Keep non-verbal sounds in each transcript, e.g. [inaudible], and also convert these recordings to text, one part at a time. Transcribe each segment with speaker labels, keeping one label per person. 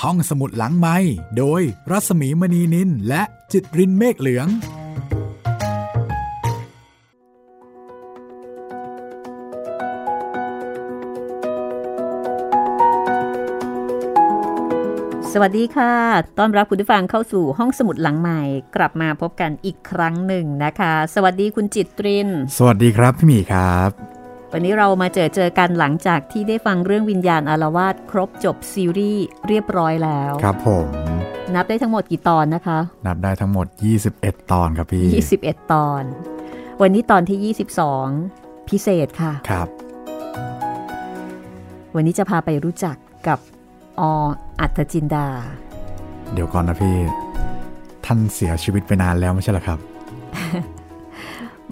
Speaker 1: ห้องสมุดหลังไม้โดยรัสมีมณีนินและจิตรินเมฆเหลือง
Speaker 2: สวัสดีค่ะ ต้อนรับคุณผู้ฟังเข้าสู่ห้องสมุดหลังใหม่ กลับมาพบกันอีกครั้งหนึ่งนะคะ สวัสดีคุณจิตริน
Speaker 3: สวัสดีครับพี่หมีครับ
Speaker 2: วันนี้เรามาเจอเจอกันหลังจากที่ได้ฟังเรื่องวิญญาณอารวาสครบจบซีรีส์เรียบร้อยแล้ว
Speaker 3: ครับผม
Speaker 2: นับได้ทั้งหมดกี่ตอนนะคะ
Speaker 3: นับได้ทั้งหมด 21 ตอนครับพี่
Speaker 2: 21 ตอน วันนี้ตอนที่ 22 พิเศษค่ะ
Speaker 3: ครับ
Speaker 2: วันนี้จะพาไปรู้จักกับออัตจินดา
Speaker 3: เดี๋ยวก่อนนะพี่ ท่านเสียชีวิตไปนานแล้วไม่ใช่เหรอครับ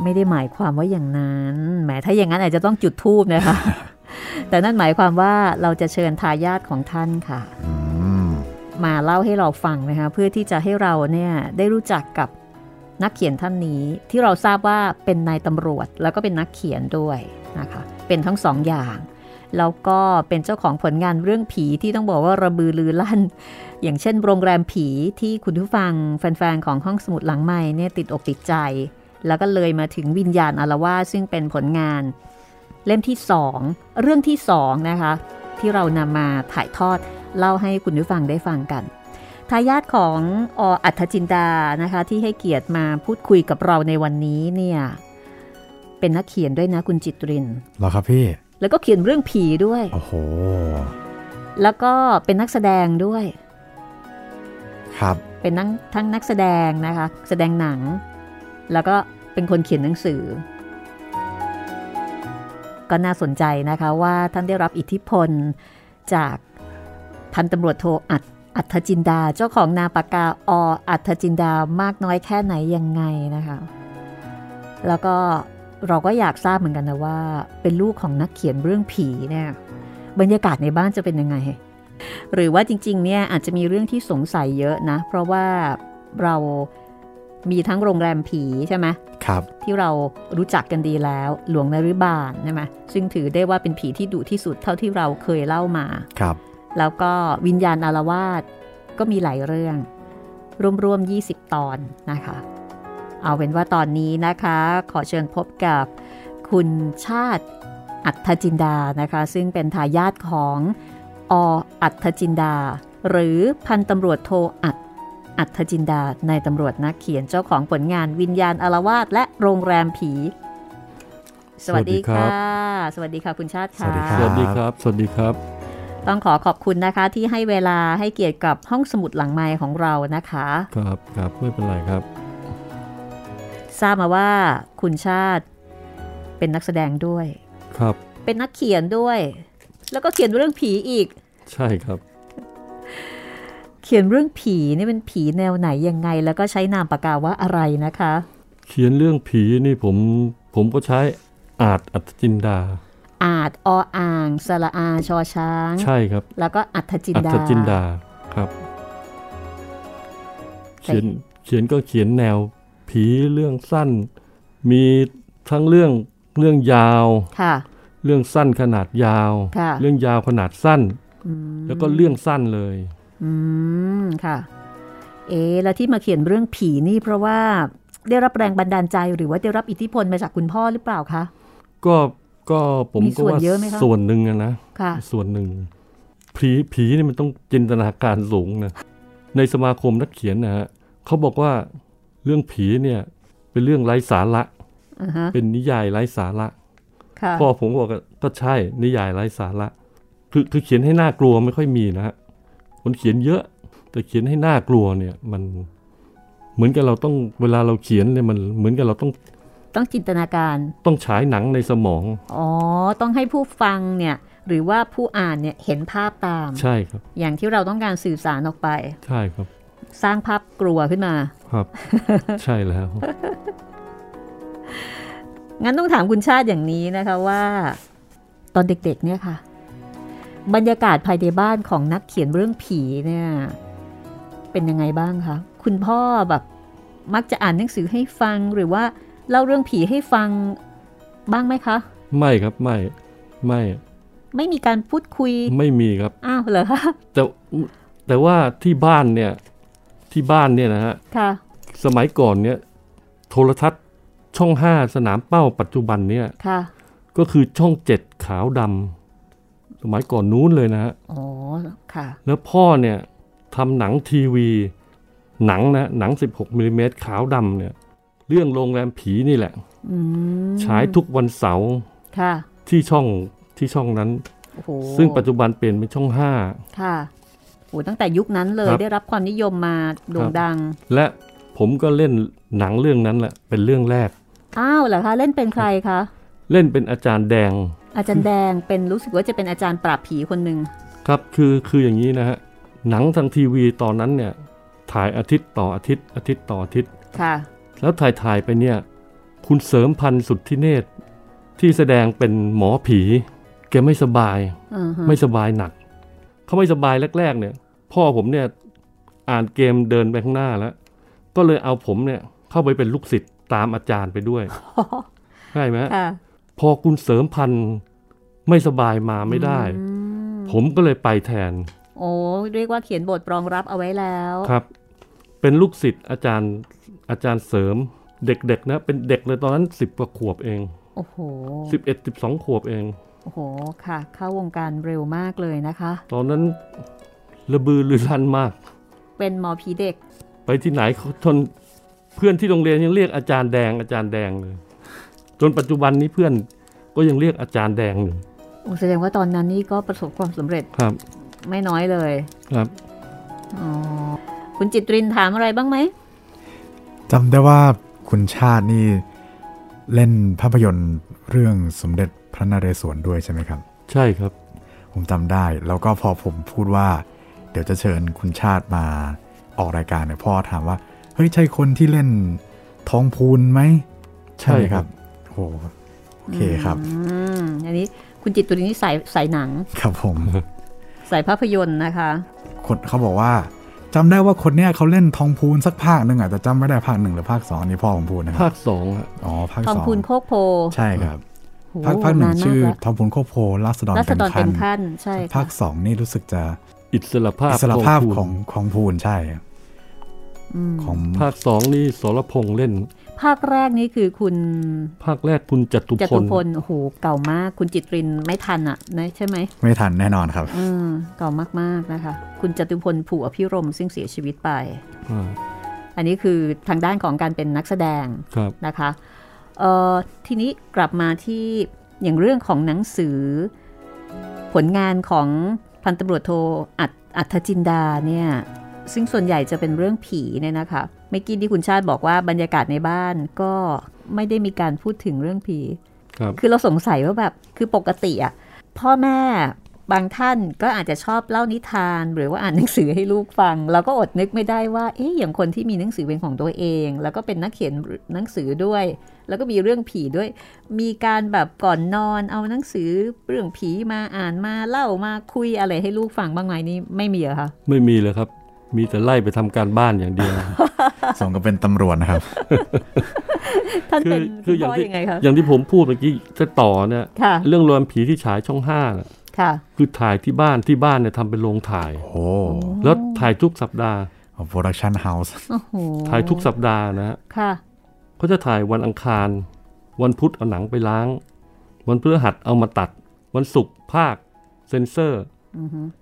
Speaker 2: ไม่ได้หมายความว่าอย่างนั้นแหมถ้าอย่างนั้นอาจจะต้องจุดทูบนะคะ แต่นั่นหมายความว่าเราจะเชิญทายาทของท่านค่ะ
Speaker 3: อืม
Speaker 2: มาเล่าให้เราฟังนะคะเพื่อที่จะให้เราเนี่ยได้รู้จักกับนักเขียนท่านนี้ ที่เราทราบว่าเป็นนายตำรวจ แล้วก็เป็นนักเขียนด้วยนะคะเป็นทั้งสองอย่าง แล้วก็เป็นเจ้าของผลงานเรื่องผีที่ต้องบอกว่าระบือลือลั่น อย่างเช่นโรงแรมผีที่คุณผู้ฟังแฟนๆของห้องสมุดหลังใหม่เนี่ยติดอกติดใจ แล้วก็เลยมาถึงวิญญาณอารวาสซึ่งเป็นผลงาน เล่มที่สองเรื่องที่สองนะคะ ที่เรานำมาถ่ายทอดเล่าให้คุณผู้ฟังได้ฟังกัน ทายาทของออัธจินดานะคะ ที่ให้เกียรติมาพูดคุยกับเราในวันนี้เนี่ยเป็นนักเขียนด้วยนะคุณจิตริน
Speaker 3: เหรอครับพี่
Speaker 2: แล้วก็เขียนเรื่องผีด้วย
Speaker 3: โอ้โห
Speaker 2: แล้วก็เป็นนักแสดงด้วย
Speaker 3: ครับ
Speaker 2: เป็นทั้งทั้งนักแสดงนะคะ แสดงหนัง แล้วก็เป็นคนเขียนหนังสือ ก็น่าสนใจนะคะว่าท่านได้รับอิทธิพลจากพันตำรวจโทอัดอัธจินดา เจ้าของนามปากกาออัธจินดามากน้อยแค่ไหนยังไงนะคะ แล้วก็เราก็อยากทราบเหมือนกันนะว่า เป็นลูกของนักเขียนเรื่องผีเนี่ยบรรยากาศในบ้านจะเป็นยังไง หรือว่าจริงๆ เนี่ยอาจจะมีเรื่องที่สงสัยเยอะนะ เพราะว่าเรามีทั้งโรงแรมผีใช่ไหม
Speaker 3: ครับ
Speaker 2: ที่เรารู้จักกันดีแล้ว หลวงนฤบาลใช่ไหมซึ่งถือได้ว่าเป็นผีที่ดุที่สุดเท่าที่เราเคยเล่ามา
Speaker 3: ครับ
Speaker 2: แล้วก็วิญญาณอารวาสก็มีหลายเรื่อง รวมๆ 20 ตอนนะคะ เอาเป็นว่าตอนนี้นะคะ ขอเชิญพบกับคุณชาติอัธจินดานะคะ ซึ่งเป็นทายาทของออัธจินดา หรือพันตำรวจโทอัดอัธจินดาในายตำรวจนักเขียนเจ้าของผลงานวิญญาณอารวาสและโรงแรมผี สวัสดีค่ะ สวัสดีค่ะคุณชาติ
Speaker 3: ส
Speaker 2: ค่ะ
Speaker 3: วัสดีค
Speaker 4: ส
Speaker 3: รับ
Speaker 4: วัสดีครับ สวัสดีครับ
Speaker 2: ต้องขอขอบคุณนะคะที่ให้เวลาให้เกียรติกับห้องสมุดหลังไม้ของเรานะคะ
Speaker 4: ครับ ครับ ไม่เป็นไรครับ
Speaker 2: ทราบมาว่าคุณชาติเป็นนักแสดงด้วย
Speaker 4: ครับ
Speaker 2: เป็นนักเขียนด้วย แล้วก็เขียนเรื่องผีอีก
Speaker 4: ใช่ครับ
Speaker 2: เขียนเรื่องผีนี่เป็นผีแนวไหนยังไง แล้วก็ใช้นามปากกาว่าอะไรนะคะ
Speaker 4: เขียนเรื่องผีนี่ผม ผมก็ใช้อาจอัจจินดา
Speaker 2: อาจออ่างสละอาชอช้าง
Speaker 4: ใช่ครับ
Speaker 2: แล้วก็อัธจิน
Speaker 4: อั
Speaker 2: ดา
Speaker 4: จจินดา ครับ
Speaker 2: ใช่
Speaker 4: เขียน เขียนก็เขียนแนวผีเรื่องสั้น มีทั้งเรื่อง เรื่องยาว
Speaker 2: ค่ะ
Speaker 4: เรื่องสั้นขนาดยาว
Speaker 2: ค่ะ
Speaker 4: เรื่องยาวขนาดสั้น
Speaker 2: อืม
Speaker 4: แล้วก็เรื่องสั้นเลย
Speaker 2: อืม ค่ะ เอ๊ะแล้วที่มาเขียนเรื่องผีนี่เพราะว่าได้รับแรงบันดาลใจหรือว่าได้รับอิทธิพลมาจากคุณพ่อหรือเปล่าคะ
Speaker 4: ก็ ก็ผม
Speaker 2: มี
Speaker 4: ก็
Speaker 2: ส่วน
Speaker 4: ว่า
Speaker 2: เยอะไหมคะ
Speaker 4: ส่วนหนึ่งอะนะ
Speaker 2: ค่ะ
Speaker 4: ส่วนหนึ่งผีผีนี่มันต้องจินตนาการสูงนะในสมาคมนักเขียนนะฮะเขาบอกว่าเรื่องผีเนี่ยเป็นเรื่องไร้สาระ
Speaker 2: อ่าฮะ
Speaker 4: เป็นนิยายไร้สาระ
Speaker 2: ค่ะ
Speaker 4: พ่อผมก็บอกว่าก็ใช่นิยายไร้สาระคือคือเขียนให้น่ากลัวไม่ค่อยมีนะฮะคนเขียนเยอะ แต่เขียนให้น่ากลัวเนี่ยมันเหมือนกับเราต้องเวลาเราเขียนเนี่ยมันเหมือนกับเราต้อง
Speaker 2: ต้องจินตนาการ
Speaker 4: ต้องฉายหนังในสมอง
Speaker 2: อ๋อ ต้องให้ผู้ฟังเนี่ย หรือว่าผู้อ่านเนี่ยเห็นภาพตาม
Speaker 4: ใช่ครับ
Speaker 2: อย่างที่เราต้องการสื่อสารออกไป
Speaker 4: ใช่ครับ
Speaker 2: สร้างภาพกลัวขึ้นมา
Speaker 4: ครับ
Speaker 2: [laughs]
Speaker 4: ใช่แล้ว
Speaker 2: งั้นต้องถามคุณชาติอย่างนี้นะคะว่า ตอนเด็กๆเนี่ยค่ะ บรรยากาศภายในบ้านของนักเขียนเรื่องผีเนี่ย เป็นยังไงบ้างคะคุณพ่อแบบมักจะอ่านหนังสือให้ฟังหรือว่าเล่าเรื่องผีให้ฟังบ้างไหมคะ
Speaker 4: ไม่ครับไม่ไม่
Speaker 2: ไม่มีการพูดคุย
Speaker 4: ไม่มีครับ
Speaker 2: อ้าวเหรอคะ
Speaker 4: แต่ แต่ว่าที่บ้านเนี่ยที่บ้านเนี่ยนะฮะ
Speaker 2: ค่ะ
Speaker 4: สมัยก่อนเนี่ยโทรทัศน์ช่องห้าสนามเป้าปัจจุบันเนี่ย
Speaker 2: ค่ะ
Speaker 4: ก็คือช่องเจ็ดขาวดำสมัยก่อนนู้นเลยนะฮะ
Speaker 2: อ๋อ ค่ะ
Speaker 4: แล้วพ่อเนี่ยทำหนังทีวีหนังนะหนัง 16มิลลิเมตรขาวดำเนี่ยเรื่องโรงแรมผีนี่แหละ
Speaker 2: อืม
Speaker 4: ฉายทุกวันเสาร์
Speaker 2: ค่ะ
Speaker 4: ที่ช่องที่ช่องนั้น
Speaker 2: โอ้โห
Speaker 4: ซึ่งปัจจุบันเปลี่ยนเป็นช่อง
Speaker 2: ค่ะโอ้ตั้งแต่ยุคนั้นเลย
Speaker 4: ครับ
Speaker 2: ได้รับความนิยมมาโด่ง
Speaker 4: ครับ
Speaker 2: ดัง
Speaker 4: 5 และผมก็เล่นหนังเรื่องนั้นแหละเป็นเรื่องแรก
Speaker 2: อ้าวเหรอคะ เล่นเป็นใครคะ
Speaker 4: เล่นเป็นอาจารย์แดง
Speaker 2: อาจารย์แดงเป็นรู้สึกว่าจะเป็นอาจารย์ปราบผีคนหนึ่ง
Speaker 4: ครับคือคืออย่างนี้นะฮะหนังทางทีวีตอนนั้นเนี่ยถ่ายอาทิตย์ต่ออาทิตย์อาทิตย์ต่ออาทิตย์
Speaker 2: ค่ะ
Speaker 4: แล้วถ่ายถ่ายๆไปเนี่ยคุณเสริมพันธ์สุทธิเนตรที่แสดงเป็นหมอผี แกไม่สบาย
Speaker 2: อือฮะ
Speaker 4: ไม่สบายหนัก เขาไม่สบายแรก ๆ เนี่ย พ่อผมเนี่ยอ่านเกมเดินไปข้างหน้าแล้ว ก็เลยเอาผมเนี่ยเข้าไปเป็นลูกศิษย์ตามอาจารย์ไปด้วยใช่ไหมฮะ
Speaker 2: ค่ะ
Speaker 4: พอคุณเสริมพันธ์ไม่สบายมาไม่ได้
Speaker 2: อืม
Speaker 4: ผมก็เลยไปแทน
Speaker 2: โอ้เรียกว่าเขียนบทรองรับเอาไว้แล้ว
Speaker 4: ครับ เป็นลูกศิษย์อาจารย์อาจารย์เสริมเด็กๆนะเป็นเด็กเลยตอนนั้นสิบกว่าขวบเอง
Speaker 2: โอ้โห
Speaker 4: สิบเอ็ดสิบสองขวบเอง
Speaker 2: โอ้โห ค่ะ เข้าวงการเร็วมากเลยนะคะ
Speaker 4: ตอนนั้นระบือรือรันมาก
Speaker 2: เป็นหมอผีเด็ก
Speaker 4: ไปที่ไหนเขาทนเพื่อนที่โรงเรียนยังเรียกอาจารย์แดงอาจารย์แดงเลย จนปัจจุบันนี้เพื่อนก็ยังเรียกอาจารย์แดงอยู่
Speaker 2: โอ้แสดงว่าตอนนั้นนี่ก็ประสบความสำเร็จ
Speaker 4: ครับ
Speaker 2: ไม่น้อยเลย
Speaker 4: ครับ
Speaker 2: อ๋อ คุณจิตรินถามอะไรบ้างไหม
Speaker 3: จำได้ว่าคุณชาตินี่เล่นภาพยนตร์เรื่องสมเด็จพระนเรศวรด้วยใช่ไหมครับ
Speaker 4: ใช่ครับ
Speaker 3: ผมจำได้ แล้วก็พอผมพูดว่า เดี๋ยวจะเชิญคุณชาติมาออกรายการเนี่ยพ่อถามว่า เฮ้ย ใช่คนที่เล่นทองพูนไหม
Speaker 4: ใช่
Speaker 3: ไหม
Speaker 4: ครับ
Speaker 3: โอ้โหโอเคครับ
Speaker 2: อืม อันนี้คุณจิตรินนี่สายสายหนัง
Speaker 3: ครับผม
Speaker 2: สายภาพยนตร์นะคะ
Speaker 3: คนเขาบอกว่าจำได้ว่าคนเนี้ยเขาเล่นทองพูนสักภาคหนึ่งอ่ะแต่จำไม่ได้ภาคหนึ่งหรือภาคสองอันนี่พ่อผมพูดนะครั
Speaker 4: ภา
Speaker 3: บ
Speaker 4: คสองฮะ
Speaker 3: อ๋อภาค
Speaker 2: ท
Speaker 3: ส
Speaker 2: อง
Speaker 3: อง
Speaker 2: พูนโคกโพ
Speaker 3: ใช่ครับ
Speaker 2: โอ้โ
Speaker 3: ภาคภาคหนึ่ง
Speaker 2: ม
Speaker 3: ชื่อ
Speaker 2: แล้ว
Speaker 3: ทองพูนโคกโพราษฎร
Speaker 2: รัศดร
Speaker 3: เต็
Speaker 2: เต็
Speaker 3: มขั้
Speaker 2: ม
Speaker 3: น
Speaker 2: ขั้น ใช่
Speaker 3: ภา
Speaker 2: ค่ะ
Speaker 3: คสองนี่รู้สึกจะ
Speaker 4: อิสระภาพ
Speaker 3: อิสรภาพ
Speaker 4: ภูมิ
Speaker 3: ของของพูนใช่ของ
Speaker 4: ภาคสองนี่สรพงษ์เล่น
Speaker 2: ภาคแรกนี่คือคุณ
Speaker 4: ภาคแรกคุณจตุ
Speaker 2: จ
Speaker 4: พ
Speaker 2: ตุ
Speaker 4: ล
Speaker 2: พลโอ้โหเก่ามาก คุณจิตรินไม่ทันอ่ะนะใช่ไหม
Speaker 3: ไม่ทันแน่นอน
Speaker 2: [laughs]
Speaker 3: ครับ
Speaker 2: อืมเก่ามากๆนะคะ คุณจตุพลผูอภิรมย์ซึ่งเสียชีวิตไป
Speaker 4: อ่า
Speaker 2: อันนี้คือทางด้านของการเป็นนักแสดง
Speaker 4: ครับ
Speaker 2: นะคะเอ่อทีนี้กลับมาที่อย่างเรื่องของหนังสือ ผลงานของพันตำรวจโทอัตอัธจินดาเนี่ยซึ่งส่วนใหญ่จะเป็นเรื่องผีเนี่ยนะคะเมื่อกี้ที่คุณชาติบอกว่าบรรยากาศในบ้านก็ไม่ได้มีการพูดถึงเรื่องผี
Speaker 4: ครับ
Speaker 2: คือเราสงสัยว่าแบบคือปกติอะพ่อแม่บางท่านก็อาจจะชอบเล่านิทาน หรือว่าอ่านหนังสือให้ลูกฟัง เราก็อดนึกไม่ได้ว่าเอ๊ะอย่างคนที่มีหนังสือเป็นของตัวเอง แล้วก็เป็นนักเขียนหนังสือด้วย แล้วก็มีเรื่องผีด้วย มีการแบบก่อนนอนเอาหนังสือเรื่องผีมาอ่านมาเล่ามาคุยอะไรให้ลูกฟังบ้างไหมนี่ไม่มีเหรอคะ
Speaker 4: ไม่มีเลยครับ มีแต่ไล่ไปทำการบ้านอย่างเดียว
Speaker 2: [laughs]
Speaker 3: สมกับเป็นตำรวจนะครับ
Speaker 2: ท่าน
Speaker 4: คื
Speaker 2: เป็
Speaker 4: อน คืออ
Speaker 2: พ่
Speaker 4: ย่าง
Speaker 2: อ
Speaker 4: ที่
Speaker 2: ยังไงคะ
Speaker 4: อย่างที่ผมพูดเมื่อกี้จะต่อเนี่ย
Speaker 2: ค่ะ
Speaker 4: เรื่องโรวมผีที่ฉายช่องห้าน่ะ
Speaker 2: ค่ะ
Speaker 4: คือถ่ายที่บ้านที่บ้านเนี่ยทำเป็นโรงถ่าย
Speaker 3: โอ้โห
Speaker 4: แล้วถ่ายทุกสัปดาห์
Speaker 3: โปรดักชันเฮาส์
Speaker 2: โอ้โห
Speaker 4: ถ่ายทุกสัปดาห์นะฮะ
Speaker 2: ค่ะ
Speaker 4: เขาจะถ่ายวันอังคาร วันพุธเอาหนังไปล้าง วันพฤหัสเอามาตัด วันศุกร์ภาค เซ็นเซอร์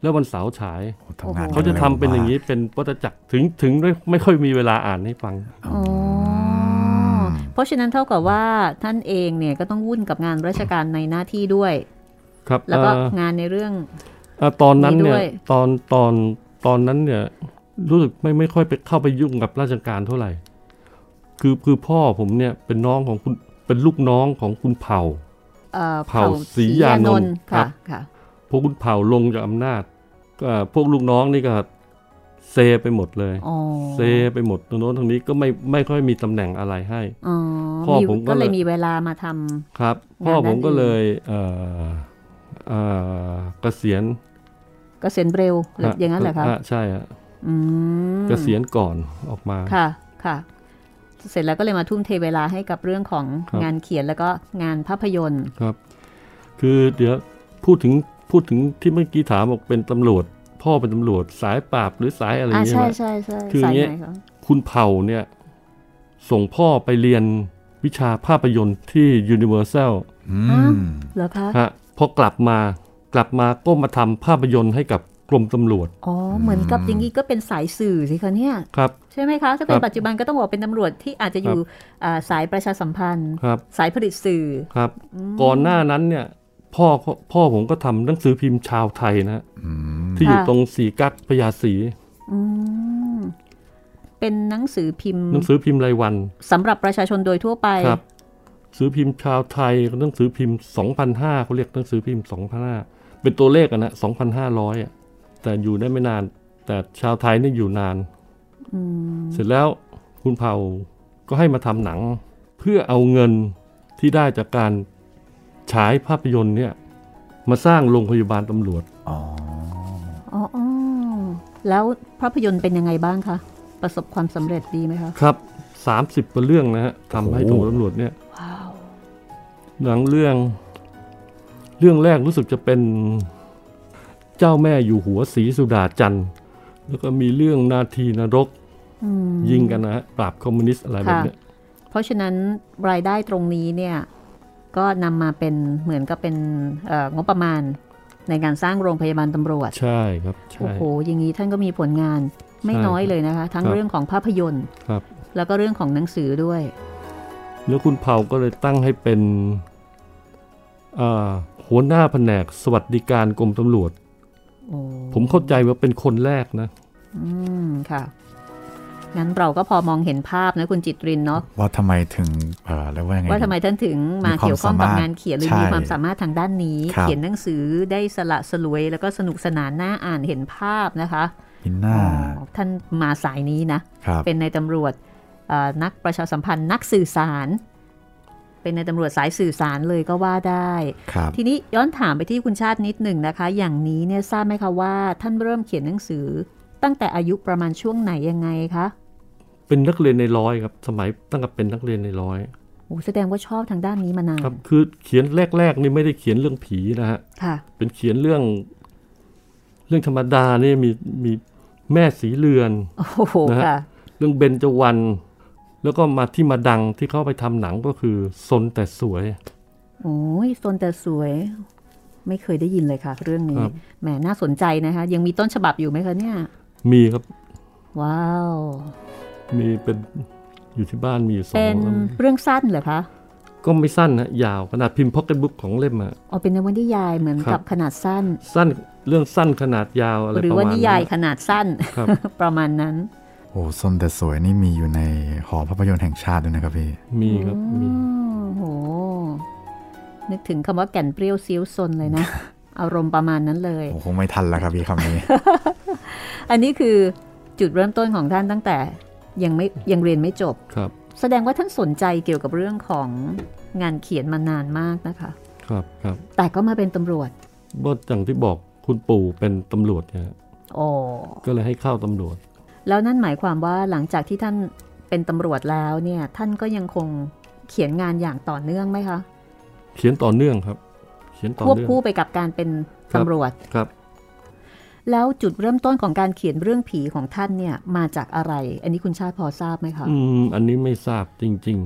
Speaker 4: แล้ววันเสาร์ฉาย
Speaker 3: ทำงาน
Speaker 4: เขาจะทำเป็นอย่าง
Speaker 3: นี้
Speaker 4: นี้เป็นวัฏจักรถึงถึงไม่ไม่ค่อยมีเวลาอ่านให้ฟัง
Speaker 2: อ๋ออเพราะฉะนั้นเท่ากับว่าท่านเองเนี่ยก็ต้องวุ่นกับงานราชการในหน้าที่ด้วย
Speaker 4: ครับ
Speaker 2: แล้วก็
Speaker 4: เอ่อง
Speaker 2: านในเรื่อง
Speaker 4: เอ่อตอนนั้น
Speaker 2: มี
Speaker 4: เนี่
Speaker 2: ด้
Speaker 4: ย
Speaker 2: วย
Speaker 4: ตอนตอนตอนนั้นเนี่ยรู้สึกไม่ไม่ค่อยไปเข้าไปยุ่งกับราชการเท่าไหร่ คือคือพ่อผมเนี่ยเป็นน้องของคุณเป็นลูกน้องของคุณเผ่า
Speaker 2: เอ่อ
Speaker 4: เผ่าศรียานนท์ครั
Speaker 2: ค่ะ
Speaker 4: บ
Speaker 2: ค่ะ
Speaker 4: พอคุณเผ่าลงจากอำนาจก็พวกลูกน้องนี่ก็เซไปหมดเลย
Speaker 2: อ๋อ
Speaker 4: เซไปหมดตรงโน้นตรงนี้ก็ไม่ไม่ค่อยมีตำแหน่งอะไรให้
Speaker 2: อ๋อ
Speaker 4: พ่อผมก็
Speaker 2: ก็เล
Speaker 4: เลย ย
Speaker 2: มีเวลามาท
Speaker 4: ครับ
Speaker 2: งาน
Speaker 4: พ่อผมก็
Speaker 2: ด้านอื่น
Speaker 4: เลยเอ่อเอ่อเกษียณ
Speaker 2: ำเกษียณเร็วหรืออย่างนั้นเหรอคะ
Speaker 4: ฮใช่ฮะ
Speaker 2: อืม
Speaker 4: เกษียณก่อนออกมา
Speaker 2: ค่ะค่ะ เสร็จแล้วก็เลยมาทุ่มเทเวลาให้กับเรื่องของ
Speaker 4: ครับ
Speaker 2: งานเขียนแล้วก็งานภาพยนตร์
Speaker 4: ครับ คือเดี๋ยวพูดถึงพูดถึงที่เมื่อกี้ถามบอกเป็นตำรวจ พ่อเป็นตำรวจสายปราบหรือสายอะไรอ
Speaker 2: อ่า
Speaker 4: ย่าง
Speaker 2: ใช่
Speaker 4: เงี้ยนะ
Speaker 2: ใช่ใช่
Speaker 4: คืออ
Speaker 2: สาย
Speaker 4: ย่างเงี้
Speaker 2: ไห
Speaker 4: ย
Speaker 2: นคะ
Speaker 4: คุณเผ่าเนี่ยส่งพ่อไปเรียนวิชาภาพยนตร์ที่ Universal
Speaker 3: อืม
Speaker 2: เหรอคะ
Speaker 4: ฮะพอกลับมากลับมาก็มาทำภาพยนตร์ให้กับกรมตำรวจ
Speaker 2: อ๋อเหมือนกับอย่างนี้ก็เป็นสายสื่อสิคะเนี่ย
Speaker 4: ครับ
Speaker 2: ใช่ไหมคะ ถ้าเป็
Speaker 4: คน รับ
Speaker 2: ปัจจุบันก็ต้องบอกเป็นตำรวจที่อาจจะอยู่อ่าสายประชาสัมพันธ์
Speaker 4: ครับ
Speaker 2: สายผลิตสื่อ
Speaker 4: ครับ ก่อนหน้านั้นเนี่ยพ่อพ่อผมก็ทำหนังสือพิมพ์ชาวไทยนะฮะ
Speaker 3: อืม
Speaker 4: ที่อยู่
Speaker 2: ค่ะ
Speaker 4: ตรงสีกักพญาสี
Speaker 2: อืมเป็นหนังสือพิมพ์
Speaker 4: หนังสือพิมพ์รายวัน
Speaker 2: สำหรับประชาชนโดยทั่วไป
Speaker 4: ครับสือพิมพ์ชาวไทยหนังสือพิมพ์2,500เขาเรียกหนังสือพิมพ์2,500เป็นตัวเลขอะนะ2,500อะแต่อยู่ได้ไม่นาน แต่ชาวไทยเนี่ยอยู่นาน
Speaker 2: อืม
Speaker 4: เสร็จแล้วคุณเผ่าก็ให้มาทำหนัง เพื่อเอาเงินที่ได้จากการฉายภาพยนตร์เนี่ยมาสร้างโรงพยาบาลตำรวจ
Speaker 3: อ๋อ
Speaker 2: อ๋ออ๋อแล้วภาพยนตร์เป็นยังไงบ้างคะ ประสบความสำเร็จดีไหมคะ
Speaker 4: ครับ 30กว่าเรื่องนะฮะทำให้ตำรวจเนี่ย
Speaker 2: ว้าว
Speaker 4: หนังเรื่อง เรื่องแรกรู้สึกจะเป็นเจ้าแม่อยู่หัวสีสุดาจันทร์แล้วก็มีเรื่องนาทีนรก
Speaker 2: อืม
Speaker 4: ยิงกันนะฮะปราบคอมมิวนิสต์อะไรแบบเนี้ย
Speaker 2: เพราะฉะนั้นรายได้ตรงนี้เนี่ยก็นำมาเป็นเหมือนกับเป็นเอ่องบประมาณในการสร้างโรงพยาบาลตำรวจ
Speaker 4: ใช่ครับใช่
Speaker 2: โอ้โห อย่างนี้ท่านก็มีผลงานไม่
Speaker 4: ใช่
Speaker 2: น้อยเลยนะคะ ทั้ง
Speaker 4: ครับ
Speaker 2: เรื่องของภาพยนตร์
Speaker 4: ครับ
Speaker 2: แล้วก็เรื่องของหนังสือด้วย
Speaker 4: แล้วคุณเผาก็เลยตั้งให้เป็นอ่าหัวหน้าแผนกสวัสดิการกรมตำรวจ
Speaker 2: โอ้
Speaker 4: ผมเข้าใจว่าเป็นคนแรกนะ
Speaker 2: อืมค่ะ งั้นเราก็พอมองเห็นภาพนะคุณจิตรินเนาะ
Speaker 3: ว่าทำไมถึงเออแล้วว่ายังไง
Speaker 2: ว่าทำไมท่านถึงมาเกี่ยวข้องกับงานเขียนหรือ
Speaker 3: ใช่
Speaker 2: มีความสามารถทางด้านนี้
Speaker 3: ครับ
Speaker 2: เขียนหนังสือได้สละสลวยแล้วก็สนุกสนานน่าอ่านเห็นภาพนะคะ
Speaker 3: มินหน้า
Speaker 2: อ๋อท่านมาสายนี้นะ
Speaker 3: ครับ
Speaker 2: เป็นในายตำรวจเอ่อนักประชาสัมพันธ์นักสื่อสาร เป็นในายตำรวจสายสื่อสารเลยก็ว่าได้
Speaker 3: ครับ
Speaker 2: ทีนี้ย้อนถามไปที่คุณชาตินิดหนึ่งนะคะ อย่างนี้เนี่ยทราบไหมคะว่าท่านเริ่มเขียนหนังสือ ตั้งแต่อายุประมาณช่วงไหนยังไงคะ
Speaker 4: เป็นนักเรียนในร้อยครับ สมัยตั้งแต่เป็นนักเรียนในร้อย
Speaker 2: โอ้แสดงว่าชอบทางด้านนี้มานาน
Speaker 4: ครับคือเขียนแรก ๆ นี่ไม่ได้เขียนเรื่องผีนะฮะ
Speaker 2: ค่ะ
Speaker 4: เป็นเขียนเรื่อง เรื่องธรรมดาเนี่ยมีมีแม่สีเรือน
Speaker 2: โอ้โห
Speaker 4: นะฮะ
Speaker 2: ค่ะ
Speaker 4: เรื่องเบญจวรรณแล้วก็มาที่มาดังที่เขาไปทำหนังก็คือซนแต่สวย
Speaker 2: โอ้ยโซนแต่สวย ไม่เคยได้ยินเลยค่ะ เรื่องนี้
Speaker 4: ครับ
Speaker 2: แหมน่าสนใจนะคะ ยังมีต้นฉบับอยู่ไหมคะเนี่ย
Speaker 4: มีครับ
Speaker 2: ว้าว
Speaker 4: มีเป็นอยู่ที่บ้านมีอยู่สอง
Speaker 2: เป็น
Speaker 4: เล่ม
Speaker 2: เรื่องสั้นเหรอคะ
Speaker 4: ก็ไม่สั้นนะยาวขนาดพิมพ์พ็อกเก็ตบุ๊กของเล่มอะ
Speaker 2: อ๋อเป็นนวนิยายเหมือน
Speaker 4: ครั
Speaker 2: กั
Speaker 4: บ
Speaker 2: บขนาดสั้น
Speaker 4: สั้นเรื่องสั้นขนาดยาวอะไร
Speaker 2: หรื
Speaker 4: ประ
Speaker 2: ว่า
Speaker 4: มาณ
Speaker 2: นิ
Speaker 4: นั้
Speaker 2: ยาย
Speaker 4: น
Speaker 2: ขนาดสั้น
Speaker 4: ครับ
Speaker 2: [laughs] ประมาณนั้น
Speaker 3: โอ้ส้มแต่สวยนี่มีอยู่ในหอภาพยนตร์แห่งชาติด้วยนะครับพี่
Speaker 4: มีครับมี
Speaker 2: อืมโห นึกถึงคำว่าแก่นเปรี้ยวซิ้วซนเลยนะ
Speaker 4: [laughs]
Speaker 2: อารมณ์ประมาณนั้นเลย
Speaker 3: ผมคงไม่ทันแล้วครับพี่คำนี้
Speaker 2: อันนี้คือจุดเริ่มต้นของท่านตั้งแต่ยังไม่ยังเรียนไม่จบ
Speaker 4: ครับ
Speaker 2: แสดงว่าท่านสนใจเกี่ยวกับเรื่องของงานเขียนมานานมากนะคะ
Speaker 4: ครับครับ
Speaker 2: แต่ก็มาเป็นตำรวจ
Speaker 4: ก็อย่างที่บอกคุณปู่เป็นตำรวจเนี่ยฮะ
Speaker 2: อ๋อ
Speaker 4: ก็เลยให้เข้าตำรวจ
Speaker 2: แล้วนั่นหมายความว่าหลังจากที่ท่านเป็นตำรวจแล้วเนี่ย ท่านก็ยังคงเขียนงานอย่างต่อเนื่องไหมคะ
Speaker 4: เขียนต่อเนื่องครับ เขียนต่อ
Speaker 2: ควบ
Speaker 4: เนื่อง
Speaker 2: คู่ไปกับการเป็น
Speaker 4: ครับ
Speaker 2: ตำรวจ
Speaker 4: ครับ
Speaker 2: แล้วจุดเริ่มต้นของการเขียนเรื่องผีของท่านเนี่ยมาจากอะไร อันนี้คุณชาติพอทราบไหมคะ
Speaker 4: อืมอันนี้ไม่ทราบจริง